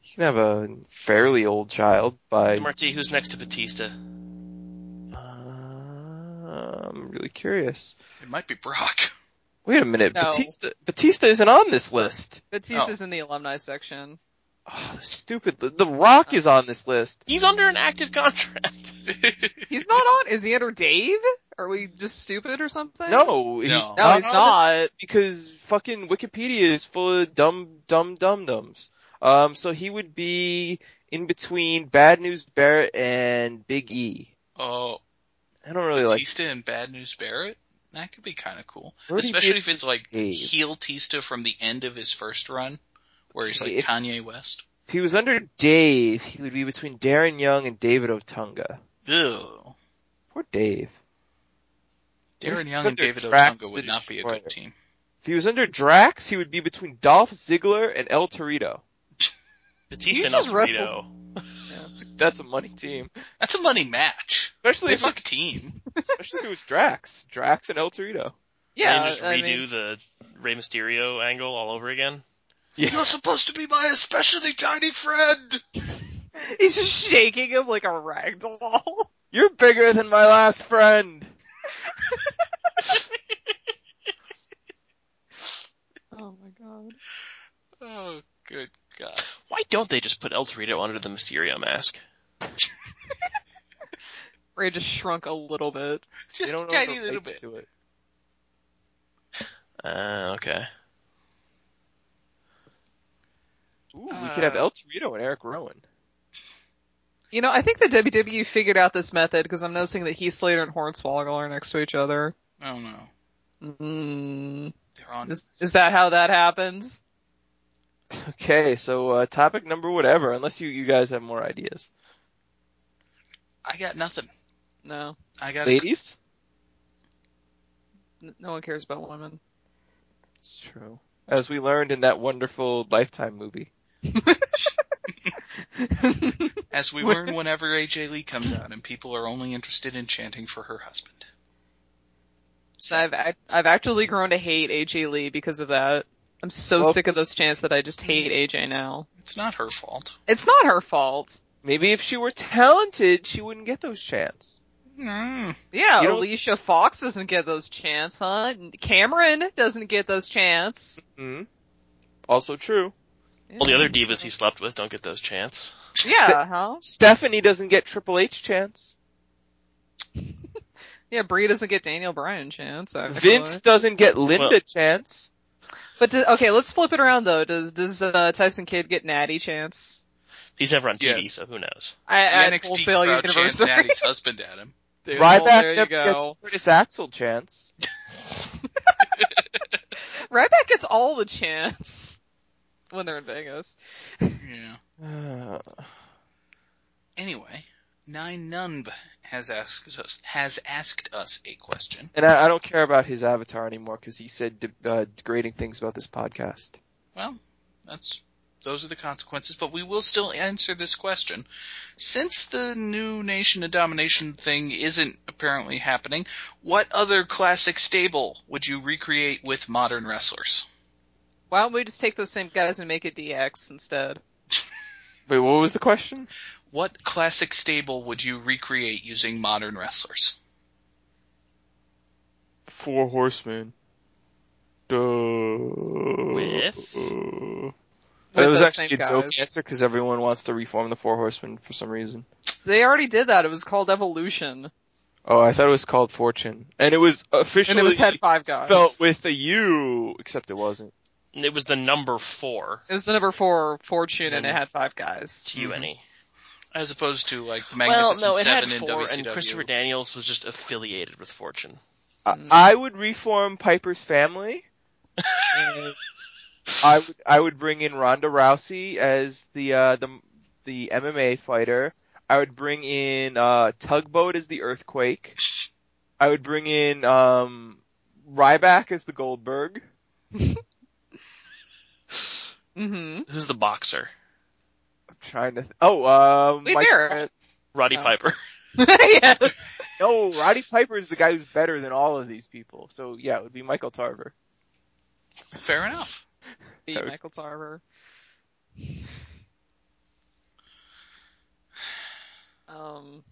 Speaker 2: he can have a fairly old child by.
Speaker 3: MRT, who's next to Batista?
Speaker 2: Uh, um, I'm really curious.
Speaker 1: It might be Brock. <laughs>
Speaker 2: Wait a minute,
Speaker 4: No.
Speaker 2: Batista Batista isn't on this list.
Speaker 4: Batista's in the alumni section.
Speaker 2: Oh, stupid. The, the Rock is on this list.
Speaker 3: He's under an
Speaker 1: <laughs>
Speaker 3: active contract.
Speaker 4: He's not on. Is he under Dave? Are we just stupid or something?
Speaker 2: No, he's
Speaker 1: No,
Speaker 2: not
Speaker 4: he's
Speaker 2: on this
Speaker 4: not.
Speaker 2: list because fucking Wikipedia is full of dumb, dumb, dum dums. Um, so he would be in between Bad News Barrett and Big E.
Speaker 1: Oh,
Speaker 2: I don't really like
Speaker 1: Batista and Bad News Barrett? That could be kind of cool.
Speaker 2: Brody
Speaker 1: Especially
Speaker 2: Big
Speaker 1: if it's like
Speaker 2: Dave.
Speaker 1: heel Tista from the end of his first run, where he's like
Speaker 2: If-
Speaker 1: Kanye West.
Speaker 2: If he was under Dave, he would be between Darren Young and David Otunga.
Speaker 1: Ew.
Speaker 2: Poor Dave.
Speaker 1: Darren
Speaker 2: He's
Speaker 1: Young and
Speaker 2: under
Speaker 1: David
Speaker 2: Drax
Speaker 1: Otunga
Speaker 2: the
Speaker 1: would not be a good
Speaker 2: Destroyer.
Speaker 1: team.
Speaker 2: If he was under Drax, he would be between Dolph Ziggler and El Torito.
Speaker 3: Batista
Speaker 4: You
Speaker 3: and El
Speaker 4: just
Speaker 3: Torito.
Speaker 2: That's a money team.
Speaker 1: That's a money match.
Speaker 2: Especially
Speaker 1: They
Speaker 2: if,
Speaker 1: fuck
Speaker 2: it's,
Speaker 1: team.
Speaker 2: especially if it was Drax. Drax and El Torito.
Speaker 4: Yeah,
Speaker 3: and just
Speaker 4: I
Speaker 3: redo
Speaker 4: mean,
Speaker 3: the Rey Mysterio angle all over again.
Speaker 2: Yeah.
Speaker 1: supposed to be my especially tiny friend.
Speaker 4: <laughs> he's just shaking him like a ragdoll. <laughs>
Speaker 2: You're bigger than my last friend.
Speaker 4: Oh my god.
Speaker 1: Oh, good God.
Speaker 3: Why don't they just put El Torito under the Mysterio mask?
Speaker 4: Ray just shrunk a little bit.
Speaker 1: <laughs>
Speaker 2: They
Speaker 1: Just a
Speaker 2: don't own
Speaker 1: tiny
Speaker 2: the
Speaker 1: little
Speaker 2: rights
Speaker 1: bit.
Speaker 2: to it.
Speaker 3: Uh, okay.
Speaker 2: Ooh, we could have
Speaker 1: Uh,
Speaker 2: El Torito and Eric Rowan.
Speaker 4: You know, I think the WWE figured out this method because I'm noticing that Heath Slater and Hornswoggle are next to each other.
Speaker 1: I don't know.
Speaker 4: Mm.
Speaker 1: They're on.
Speaker 4: Is, is that how that happens?
Speaker 2: Okay, so uh, topic number whatever, unless you, you guys have more ideas.
Speaker 1: I got nothing.
Speaker 4: No.
Speaker 1: I got a
Speaker 2: Ladies?
Speaker 4: N- No one cares about women.
Speaker 2: It's true. As we learned in that wonderful Lifetime movie.
Speaker 1: As we <laughs> learn whenever AJ Lee comes out and people are only interested in chanting for her husband.
Speaker 4: <laughs> So I've ac- I've actually grown to hate AJ Lee because of that. I'm so
Speaker 2: Well-
Speaker 4: sick of those chants that I just hate AJ now.
Speaker 1: It's not her fault.
Speaker 4: It's not her fault.
Speaker 2: Maybe if she were talented, she wouldn't get those chants.
Speaker 1: Mm.
Speaker 4: Yeah,
Speaker 2: You don't-
Speaker 4: Alicia Fox doesn't get those chants, huh? Cameron doesn't get those chants.
Speaker 2: Hmm. Also true.
Speaker 3: All the other divas he slept with don't get those chance.
Speaker 4: Yeah, huh?
Speaker 2: Stephanie doesn't get Triple H chants.
Speaker 4: Yeah, Brie doesn't get Daniel Bryan chants. Actually.
Speaker 2: Vince doesn't get Linda
Speaker 3: Well-
Speaker 2: chants.
Speaker 4: But do, okay, let's flip it around though. Does does uh, Tyson Kidd get Natty chance?
Speaker 3: He's never on TV,
Speaker 1: Yes.
Speaker 3: so who knows?
Speaker 4: I,
Speaker 1: The
Speaker 4: at
Speaker 1: NXT
Speaker 4: Wholesale
Speaker 1: crowd chants
Speaker 4: University.
Speaker 1: Natty's husband at him.
Speaker 4: <laughs> Dude, well, there
Speaker 2: Ryback
Speaker 4: you
Speaker 2: never
Speaker 4: go.
Speaker 2: gets Curtis
Speaker 1: <sighs>
Speaker 2: Axel chants.
Speaker 4: Ryback gets all the chants when they're in Vegas.
Speaker 1: Yeah.
Speaker 2: Uh,
Speaker 1: Anyway, Nine Nunb has asked us has asked us a question.
Speaker 2: and I, I don't care about his avatar anymore because he said de- uh, degrading things about this podcast.
Speaker 1: Well, that's those are the consequences, but we will still answer this question. Since the new Nation of Domination thing isn't apparently happening, what other classic stable would you recreate with modern wrestlers?
Speaker 4: Why don't we just take those same guys and make it DX instead?
Speaker 2: Wait, what was the question?
Speaker 1: What classic stable would you recreate using modern wrestlers?
Speaker 2: Four horsemen. Duh.
Speaker 3: With?
Speaker 4: With
Speaker 2: That was
Speaker 4: those
Speaker 2: actually a
Speaker 4: same
Speaker 2: joke
Speaker 4: guys.
Speaker 2: answer because everyone wants to reform the Four Horsemen for some reason.
Speaker 4: They already did that. It was called Evolution.
Speaker 2: Oh, I thought it was called Fortune, and it was officially
Speaker 4: And it was had five guys.
Speaker 2: spelt with a U, except it wasn't.
Speaker 3: And It was the number four,
Speaker 4: It was the number four fortune and it had five guys.
Speaker 3: T-U-N-E.
Speaker 1: As opposed to like the
Speaker 3: Well,
Speaker 1: Mm-hmm. Magnificent
Speaker 3: no, it
Speaker 1: Seven
Speaker 3: had
Speaker 1: in
Speaker 3: four,
Speaker 1: WCW.
Speaker 3: and Christopher Daniels was just affiliated with Fortune.
Speaker 2: I,
Speaker 1: Mm.
Speaker 2: I would reform
Speaker 1: <laughs>
Speaker 2: Piper's family. and I would I would bring in Ronda Rousey as the uh, the the MMA fighter. I would bring in uh, Tugboat as the Earthquake. I would bring in um, Ryback as the Goldberg.
Speaker 4: Mm-hmm.
Speaker 3: Who's the boxer?
Speaker 2: I'm trying to. Th- oh, um,
Speaker 4: Wade
Speaker 2: Mike-
Speaker 4: Barrett.
Speaker 3: Roddy
Speaker 4: Oh.
Speaker 3: Piper. <laughs>
Speaker 4: <laughs> yes.
Speaker 2: no, Roddy Piper is the guy who's better than all of these people. So yeah, it would be Michael Tarver.
Speaker 1: Fair enough.
Speaker 4: Beat Michael Tarver. Um,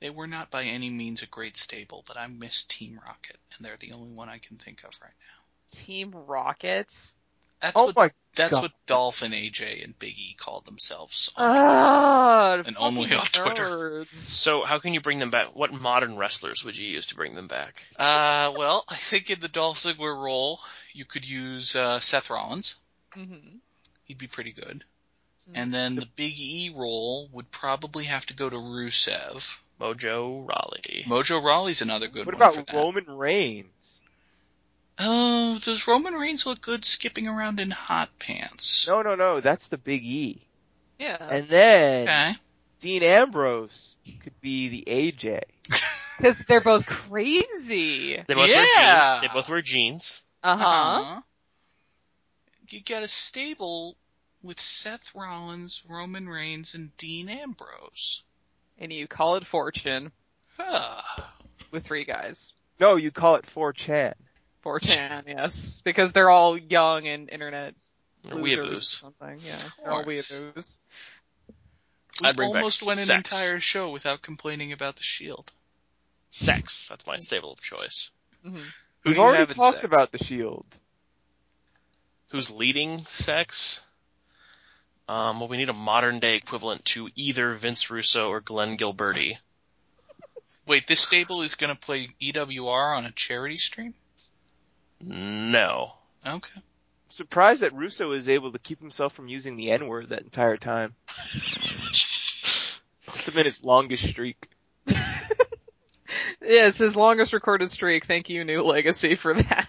Speaker 1: They were not by any means a great stable, but I miss Team Rocket, and they're the only one I can think of right now.
Speaker 4: Team Rocket.
Speaker 1: That's
Speaker 2: oh
Speaker 1: what
Speaker 2: my
Speaker 1: that's
Speaker 2: God.
Speaker 1: what Dolph and AJ and Big E called themselves.
Speaker 4: Uh-huh. Oh,
Speaker 1: And only on Twitter.
Speaker 3: So how can you bring them back? What modern wrestlers would you use to bring them back?
Speaker 1: Uh, well, I think in the Dolph Ziggler role, you could use uh, Seth Rollins.
Speaker 4: Mm-hmm.
Speaker 1: He'd be pretty good. And then the Big E role would probably have to go to Rusev.
Speaker 3: Mojo Raleigh.
Speaker 1: Mojo Rawley's another good
Speaker 2: What
Speaker 1: one. for
Speaker 2: about
Speaker 1: that.
Speaker 2: Roman Reigns?
Speaker 1: Oh, does Roman Reigns look good skipping around in hot pants?
Speaker 2: No, no, no. That's the Big E.
Speaker 4: Yeah.
Speaker 1: Uh,
Speaker 2: And then
Speaker 1: Okay.
Speaker 2: Dean Ambrose could be the AJ.
Speaker 4: Because they're both crazy.
Speaker 3: They both
Speaker 1: Yeah.
Speaker 3: wear jeans. They both wear jeans.
Speaker 4: Uh
Speaker 1: Uh-huh.
Speaker 4: huh.
Speaker 1: You get a stable with Seth Rollins, Roman Reigns, and Dean Ambrose.
Speaker 4: And you call it Fortune
Speaker 1: Huh.
Speaker 4: with three guys.
Speaker 2: No, you call it 4chan.
Speaker 4: Fortune, <laughs> yes. Because they're all young and internet
Speaker 3: They're
Speaker 4: losers or
Speaker 3: Weeaboos.
Speaker 4: something. Yeah. They're all
Speaker 1: course.
Speaker 4: weeaboos.
Speaker 1: We
Speaker 3: I'd bring back
Speaker 1: almost went an
Speaker 3: sex.
Speaker 1: entire show without complaining about the Shield.
Speaker 3: Sex. That's my stable of choice.
Speaker 4: Mhm.
Speaker 1: Who
Speaker 2: We've
Speaker 1: do you
Speaker 2: already
Speaker 1: have in
Speaker 2: talked
Speaker 1: sex?
Speaker 2: about the Shield.
Speaker 3: Who's leading sex? Um, well, we need a modern day equivalent to either Vince Russo or Glenn Gilberti.
Speaker 1: Wait, this stable is going to play EWR on a charity stream?
Speaker 3: No.
Speaker 1: Okay.
Speaker 2: I'm surprised that Russo was able to keep himself from using the N-word that entire <laughs> time. Must have been his longest streak.
Speaker 4: Yes, his longest recorded streak. Thank you, New Legacy, for <laughs> that.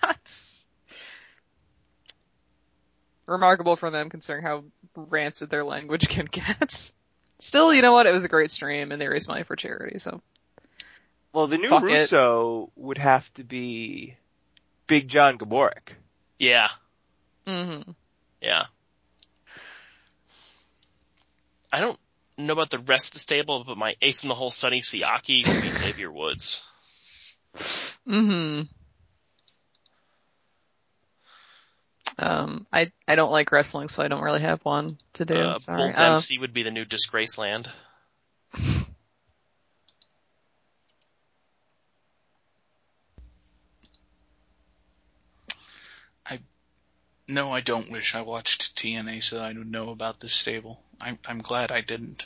Speaker 4: Remarkable for them considering how rancid their language can get. Still, you know what? It was a great stream and they raised money for charity, so.
Speaker 2: Well, the new
Speaker 4: Fuck it.
Speaker 2: Russo would have to be Big John Gaborik.
Speaker 3: Yeah.
Speaker 4: Mm-hmm.
Speaker 3: Yeah. I don't know about the rest of this table, but my ace in the hole, Sonny Siaki, would be
Speaker 1: <laughs>
Speaker 3: Xavier Woods.
Speaker 4: Mm-hmm. Um, I I don't like wrestling, so I don't really have one to do.
Speaker 3: uh,
Speaker 4: Sorry.
Speaker 3: Bolt
Speaker 4: Uh,
Speaker 3: MC would be the new Disgraceland.
Speaker 1: No, I don't wish I watched TNA so that I would know about this stable. I'm, I'm glad I didn't.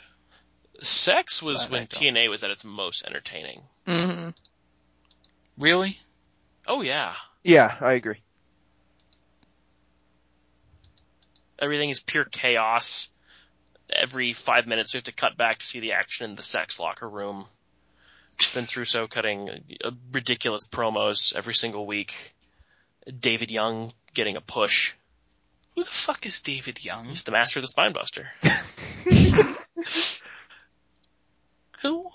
Speaker 3: Sex
Speaker 1: Glad
Speaker 3: was
Speaker 1: I
Speaker 3: when
Speaker 1: don't.
Speaker 3: TNA was at its most entertaining.
Speaker 4: mhm.
Speaker 1: Really?
Speaker 3: Oh yeah.
Speaker 2: Yeah, I agree.
Speaker 3: Everything is pure chaos. Every five minutes we have to cut back to see the action in the sex locker room. Vince Russo cutting uh, ridiculous promos every single week. David Young getting a push.
Speaker 1: Who the fuck is David Young?
Speaker 3: He's the master of the spinebuster.
Speaker 1: Who?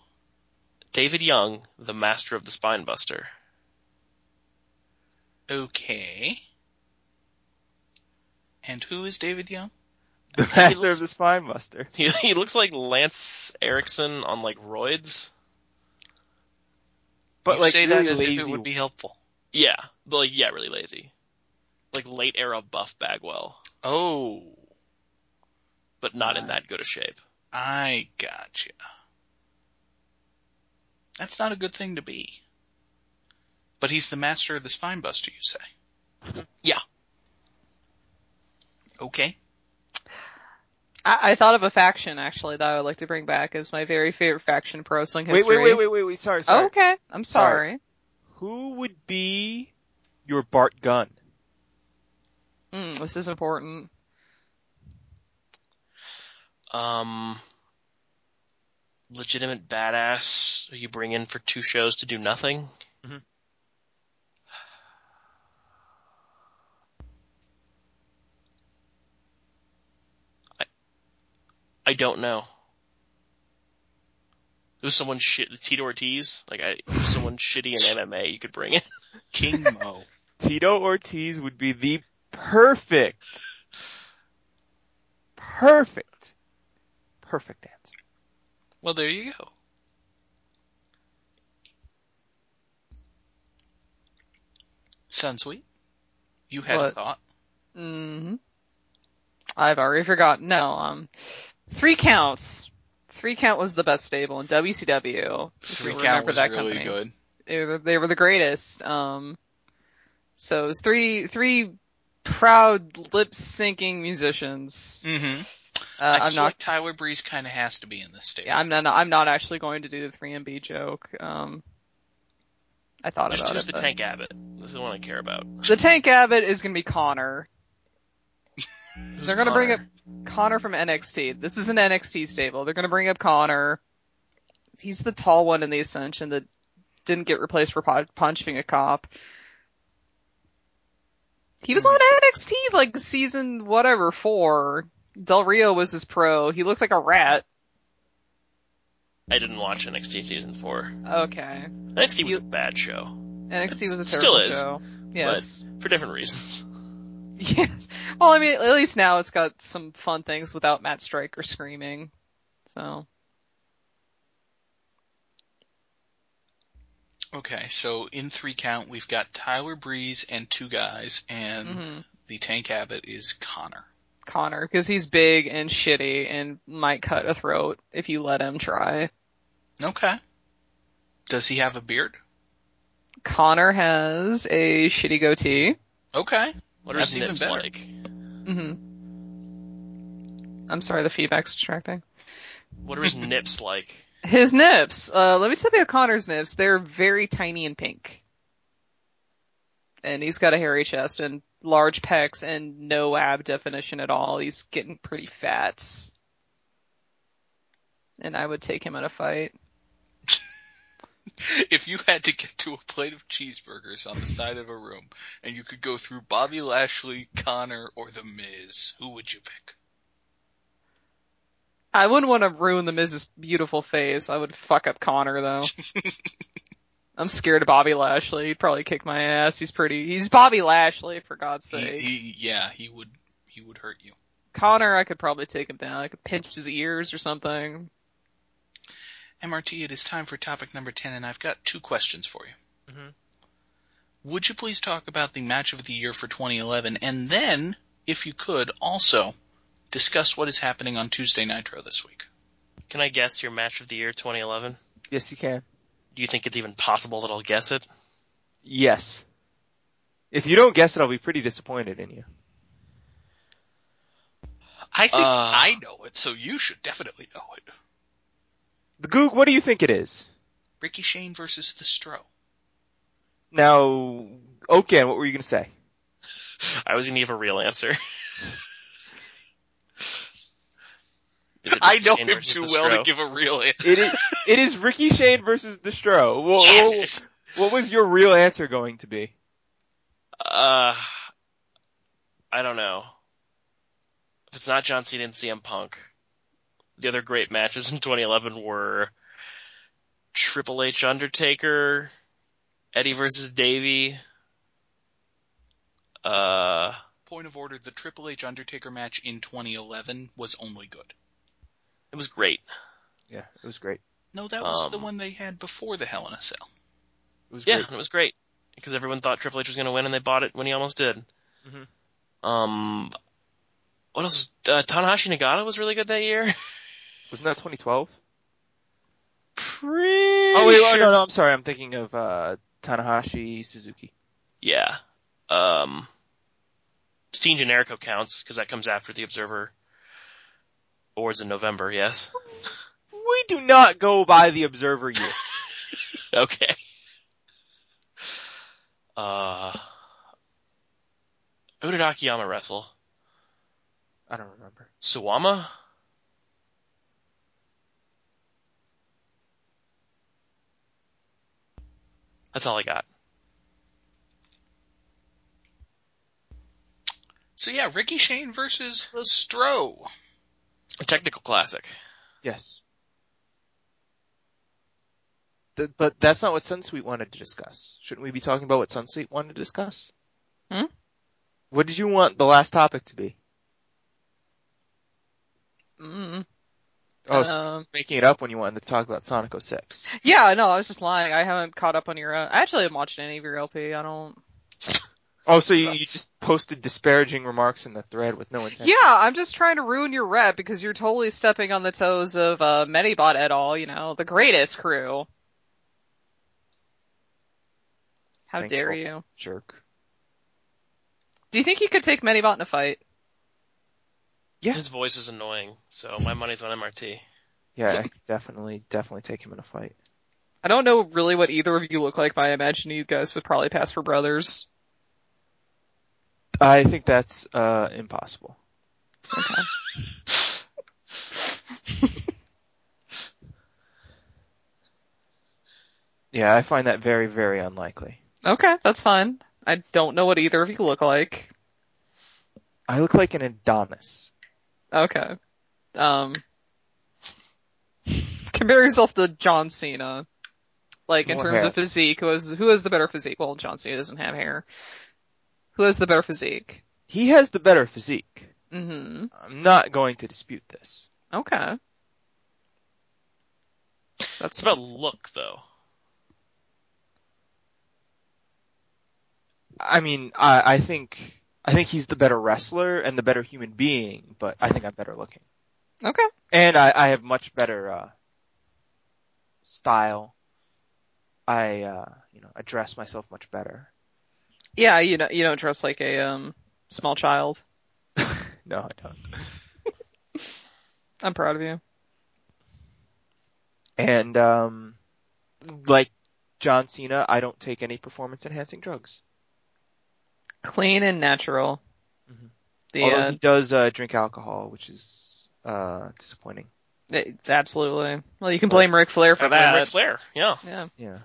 Speaker 3: David Young, the master of the spinebuster.
Speaker 1: Okay. And who is David Young?
Speaker 2: The
Speaker 3: He
Speaker 2: master
Speaker 3: looks-
Speaker 2: of the spine buster.
Speaker 3: <laughs> He, he looks like Lance Erickson on like roids.
Speaker 2: But
Speaker 1: you
Speaker 2: like
Speaker 1: say
Speaker 2: really
Speaker 1: that as
Speaker 2: lazy.
Speaker 1: if it would be helpful.
Speaker 3: Yeah, but like yeah, really lazy. Like late era Buff Bagwell,
Speaker 1: Oh,
Speaker 3: but not in that good a shape.
Speaker 1: I gotcha. That's not a good thing to be. But he's the master of the spine buster, you say?
Speaker 3: Yeah.
Speaker 1: Okay.
Speaker 4: I, I thought of a faction actually that I would like to bring back as my very favorite faction in pro wrestling
Speaker 2: Wait,
Speaker 4: history.
Speaker 2: wait, wait, wait, wait, wait. Sorry,
Speaker 1: Oh,
Speaker 2: sorry.
Speaker 4: Okay, I'm sorry.
Speaker 2: Who would be your Bart Gunn?
Speaker 4: Mm, this is important.
Speaker 3: Um, legitimate badass who you bring in for two shows to do nothing.
Speaker 4: Mm-hmm.
Speaker 2: Mhm.
Speaker 3: I I don't know. It was someone shit, Tito Ortiz. Like I, it was someone shitty in MMA you could bring in.
Speaker 4: <laughs>
Speaker 1: King Mo.
Speaker 2: Tito Ortiz would be the perfect, perfect, perfect answer.
Speaker 1: well, there you go. Sounds sweet. You had a
Speaker 4: What?
Speaker 1: thought.
Speaker 4: hmm I've already forgotten. No, um, three counts. Three count was the best stable in WCW. if
Speaker 1: Three
Speaker 4: you'll
Speaker 1: count
Speaker 4: remember
Speaker 1: was
Speaker 4: that
Speaker 1: really
Speaker 4: company.
Speaker 1: good.
Speaker 4: They were, they were the greatest. Um, so it was three, three proud lip syncing musicians.
Speaker 1: Mm-hmm.
Speaker 4: Uh,
Speaker 1: I
Speaker 4: I'm
Speaker 1: feel
Speaker 4: not,
Speaker 1: like Tyler Breeze kind of has to be in this state.
Speaker 4: yeah, I'm not, I'm not actually going to do the 3MB joke. Um, I thought
Speaker 3: Just
Speaker 4: about
Speaker 3: choose
Speaker 4: it.
Speaker 3: the
Speaker 4: but-
Speaker 3: Tank Abbott. This is the one I care about.
Speaker 4: The Tank Abbott is gonna be Connor.
Speaker 3: Who's
Speaker 4: They're gonna bring up
Speaker 3: Connor?
Speaker 4: Connor from NXT. This is an NXT stable. They're gonna bring up Connor. He's the tall one in the Ascension that didn't get replaced for po- punching a cop. He
Speaker 3: Hmm.
Speaker 4: was on NXT like season whatever four. Del Rio was his pro. He looked like a rat.
Speaker 3: I didn't watch NXT season four.
Speaker 4: Okay.
Speaker 3: NXT was
Speaker 4: You-
Speaker 3: a bad show
Speaker 4: NXT was a terrible
Speaker 3: Still is.
Speaker 4: show. Yes.
Speaker 3: for different reasons.
Speaker 4: Yes. Well, I mean, at least now it's got some fun things without Matt Stryker screaming. So.
Speaker 1: Okay, so in three count, we've got Tyler Breeze and two guys, and
Speaker 4: mhm.
Speaker 1: the Tank Abbott is Connor.
Speaker 4: Connor because he's big and shitty and might cut a throat if you let him try.
Speaker 1: Okay. Does he have a beard?
Speaker 4: Connor has a shitty goatee.
Speaker 1: Okay. <laughs>
Speaker 3: What are
Speaker 1: That's
Speaker 3: his
Speaker 1: even
Speaker 3: nips
Speaker 1: better.
Speaker 3: like?
Speaker 4: hmm I'm sorry, the feedback's distracting.
Speaker 3: What are his nips like?
Speaker 4: His nips. Uh, let me tell you about Connor's nips. They're very tiny and pink. And he's got a hairy chest and large pecs and no ab definition at all. He's getting pretty fat. And I would take him in a fight.
Speaker 1: If you had to get to a plate of cheeseburgers on the side of a room, and you could go through Bobby Lashley, Connor, or The Miz, who would you pick?
Speaker 4: I wouldn't want to ruin the Miz's beautiful face. I would fuck up Connor though. I'm scared of Bobby Lashley. He'd probably kick my ass. He's pretty. He's Bobby Lashley, for God's
Speaker 1: He,
Speaker 4: sake.
Speaker 1: he, yeah, he would, he would hurt you.
Speaker 4: Connor, I could probably take him down. I could pinch his ears or something.
Speaker 1: MRT, it is time for topic number 10, and I've got two questions for you.
Speaker 3: Mhm.
Speaker 1: Would you please talk about the match of the year for 2011, and then, if you could, also discuss what is happening on Tuesday Nitro this week?
Speaker 3: Can I guess your match of the year 2011?
Speaker 2: Yes, you can.
Speaker 3: Do you think it's even possible that I'll guess it?
Speaker 2: Yes. If you don't guess it, I'll be pretty disappointed in you.
Speaker 1: I think
Speaker 3: Uh.
Speaker 1: I know it, so you should definitely know it.
Speaker 2: The Goog, what do you think it is?
Speaker 1: Ricky Shane versus The Stro.
Speaker 2: Now, Oaken, what were you gonna say?
Speaker 3: I was gonna give a real answer. <laughs> Is it
Speaker 1: I know
Speaker 3: Shane
Speaker 1: him
Speaker 3: versus
Speaker 1: too
Speaker 3: the
Speaker 1: well to
Speaker 3: Stro?
Speaker 1: give a real answer.
Speaker 3: <laughs>
Speaker 2: It is, it is Ricky Shane versus Destro. Well,
Speaker 1: Yes!
Speaker 2: well, what was your real answer going to be?
Speaker 3: Uh, I don't know. If it's not John Cena and CM Punk, the other great matches in <laughs> 2011 were Triple H Undertaker, Eddie versus Davey, uh,
Speaker 1: Point of order, the Triple H Undertaker match in 2011 was only good.
Speaker 3: it was great.
Speaker 2: Yeah, it was great.
Speaker 1: No, that was the
Speaker 3: Um.
Speaker 1: one they had before the Hell in a Cell.
Speaker 2: It was
Speaker 3: Yeah,
Speaker 2: great.
Speaker 3: it was great because everyone thought Triple H was going to win, and they bought it when he almost did.
Speaker 2: Mhm.
Speaker 3: Um, what else? Uh, Tanahashi Nagata was really good that year. <laughs>
Speaker 2: Wasn't that 2012?
Speaker 3: Pretty
Speaker 2: Oh wait,
Speaker 3: sure.
Speaker 2: no, no, I'm sorry. I'm thinking of uh, Tanahashi Suzuki.
Speaker 3: Yeah. Um, Steen Generico counts because that comes after the Observer Awards in November. Yes. <laughs>
Speaker 2: We do not go by the Observer <laughs> year.
Speaker 3: Okay. Uh, who did Akiyama wrestle?
Speaker 2: I don't remember.
Speaker 3: Suwama? That's all I got.
Speaker 1: So yeah, Ricky Shane versus the Stro.
Speaker 3: A technical classic.
Speaker 2: Yes. Th- but that's not what Sunsweet wanted to discuss. Shouldn't we be talking about what Sunsweet wanted to discuss?
Speaker 4: Hmm?
Speaker 2: What did you want the last topic to be?
Speaker 4: Mm.
Speaker 2: Oh, so
Speaker 4: Um,
Speaker 2: just making it up when you wanted to talk about Sonic 06.
Speaker 4: Yeah, no, I was just lying. I haven't caught up on your. Uh, I actually haven't watched any of your LP. I don't.
Speaker 2: Oh, so you, you just posted disparaging remarks in the thread with no intent.
Speaker 4: Yeah, I'm just trying to ruin your rep because you're totally stepping on the toes of uh, Medibot et al. You know, the greatest crew. How
Speaker 2: Thanks,
Speaker 4: dare
Speaker 2: Lord.
Speaker 4: you?
Speaker 2: Jerk.
Speaker 4: Do you think you could take Medibot in a fight?
Speaker 2: Yeah.
Speaker 3: His voice is annoying, so my money's on MRT.
Speaker 2: Yeah, I could definitely, definitely take him in a fight.
Speaker 4: I don't know really what either of you look like, but I imagine you guys would probably pass for brothers.
Speaker 2: I think that's, uh, impossible. <laughs> yeah, I find that very, very unlikely.
Speaker 4: Okay, that's fine. I don't know what either of you look like.
Speaker 2: I look like an Adonis.
Speaker 4: Okay. Um, compare yourself to John Cena. Like in
Speaker 2: More
Speaker 4: terms
Speaker 2: hair.
Speaker 4: of physique, who has who has the better physique? Well, John Cena doesn't have hair. Who has the better physique?
Speaker 2: He has the better physique.
Speaker 4: hmm
Speaker 2: I'm not going to dispute this.
Speaker 4: Okay.
Speaker 3: It's
Speaker 4: That's
Speaker 3: about look, though.
Speaker 2: I mean, I, I think, I think he's the better wrestler and the better human being, but I think I'm better looking.
Speaker 4: okay.
Speaker 2: And I, I have much better uh style. I uh you know, I dress myself much better.
Speaker 4: Yeah, you don't you don't dress like a um small child.
Speaker 2: No, I don't.
Speaker 4: I'm proud of you.
Speaker 2: And um like John Cena, I don't take any performance enhancing drugs.
Speaker 4: Clean and natural.
Speaker 2: Mhm.
Speaker 4: The
Speaker 2: Although
Speaker 4: uh,
Speaker 2: he does uh drink alcohol, which is uh disappointing.
Speaker 4: it's absolutely. Well, you can blame Ric Flair for
Speaker 3: I blame Ric
Speaker 4: that.
Speaker 3: Flair, yeah.
Speaker 4: Yeah.
Speaker 2: Yeah.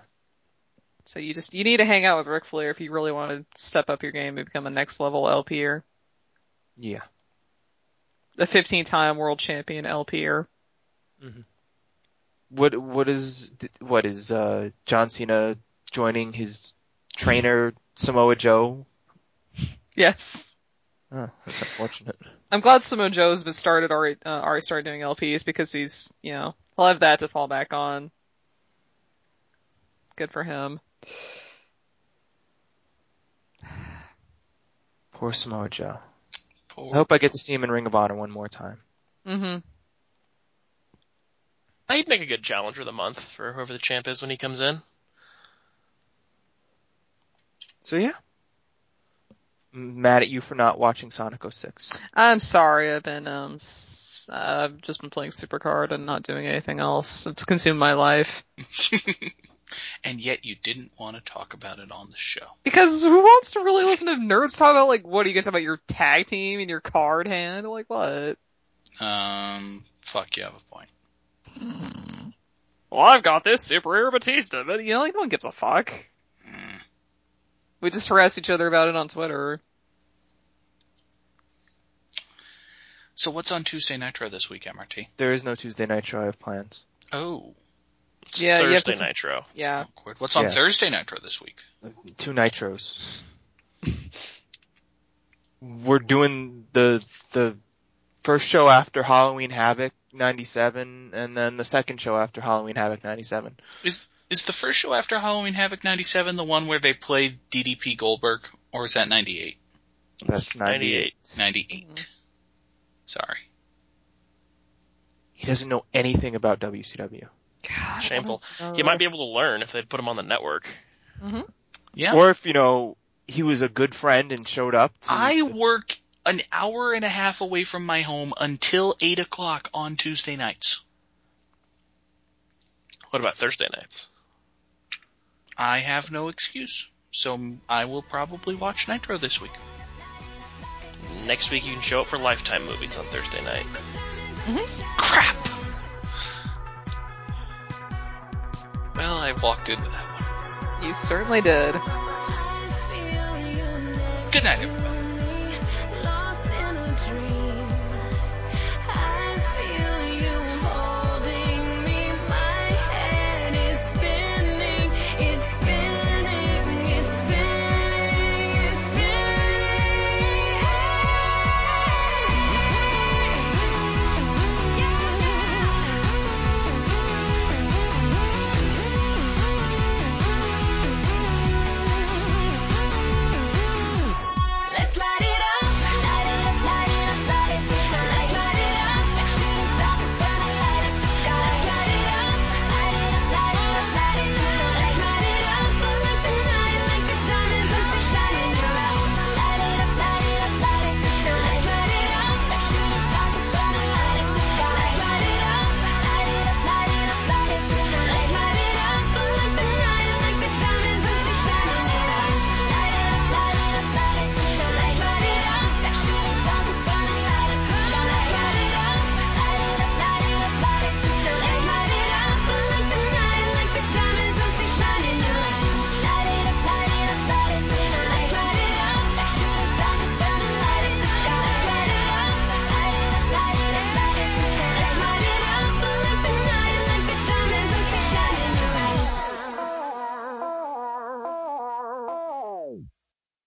Speaker 4: So you just you need to hang out with Ric Flair if you really want to step up your game and become a next level LPer,
Speaker 2: Yeah.
Speaker 4: a 15 time world champion LPer.
Speaker 2: What what is what is uh John Cena joining his trainer Samoa Joe
Speaker 4: Yes,
Speaker 2: Oh, that's unfortunate.
Speaker 4: I'm glad Samoa Joe's been started already, uh, already started doing LPs because he's, you know, he'll have that to fall back on. Good for him.
Speaker 2: Poor Samoa Joe. I
Speaker 1: Poor-
Speaker 2: hope I get to see him in Ring of Honor one more time.
Speaker 4: hmm
Speaker 3: He'd make a good challenger of the month for whoever the champ is when he comes in.
Speaker 2: So yeah. M- Mad at you for not watching Sonic 06.
Speaker 4: I'm sorry. I've been, um, s- I've just been playing Supercard and not doing anything else. It's consumed my life.
Speaker 1: <laughs> and yet you didn't want to talk about it on the show.
Speaker 4: Because who wants to really listen to nerds talk about like, what do you guys talk about your tag team and your card hand? Like what?
Speaker 1: Um, fuck, you have a point.
Speaker 4: Well, I've got this superhero Batista, but you know, like no one gives a fuck.
Speaker 1: Mm.
Speaker 4: We just harass each other about it on Twitter.
Speaker 1: So what's on Tuesday Nitro this week, MRT?
Speaker 2: There is no Tuesday Nitro. I have plans.
Speaker 1: Oh,
Speaker 3: It's
Speaker 4: Yeah, you have
Speaker 3: Thursday
Speaker 4: to-
Speaker 3: Nitro.
Speaker 4: Uh, Yeah.
Speaker 1: awkward. What's on
Speaker 2: Yeah.
Speaker 1: Thursday Nitro this week?
Speaker 2: Two Nitros. We're doing the the first show after Halloween Havoc 97 and then the second show after Halloween Havoc 97.
Speaker 1: Is is the first show after Halloween Havoc '97 the one where they played DDP Goldberg, or is that '98?
Speaker 2: That's 98.
Speaker 1: '98. Sorry.
Speaker 2: He doesn't know anything about WCW.
Speaker 4: God,
Speaker 3: Shameful.
Speaker 4: Oh
Speaker 3: You might be able to learn if they'd put him on the network.
Speaker 1: Yeah.
Speaker 2: Or if, you know, he was a good friend and showed up to
Speaker 1: I work an hour and a half away from my home until eight o'clock on Tuesday nights.
Speaker 3: What about Thursday nights?
Speaker 1: I have no excuse, so mm, I will probably watch Nitro this week.
Speaker 3: Next week you can show up for Lifetime movies on Thursday night.
Speaker 1: Crap. Well, I walked into that one.
Speaker 4: You certainly did.
Speaker 1: Good night, everyone.
Speaker 5: Lost in a dream.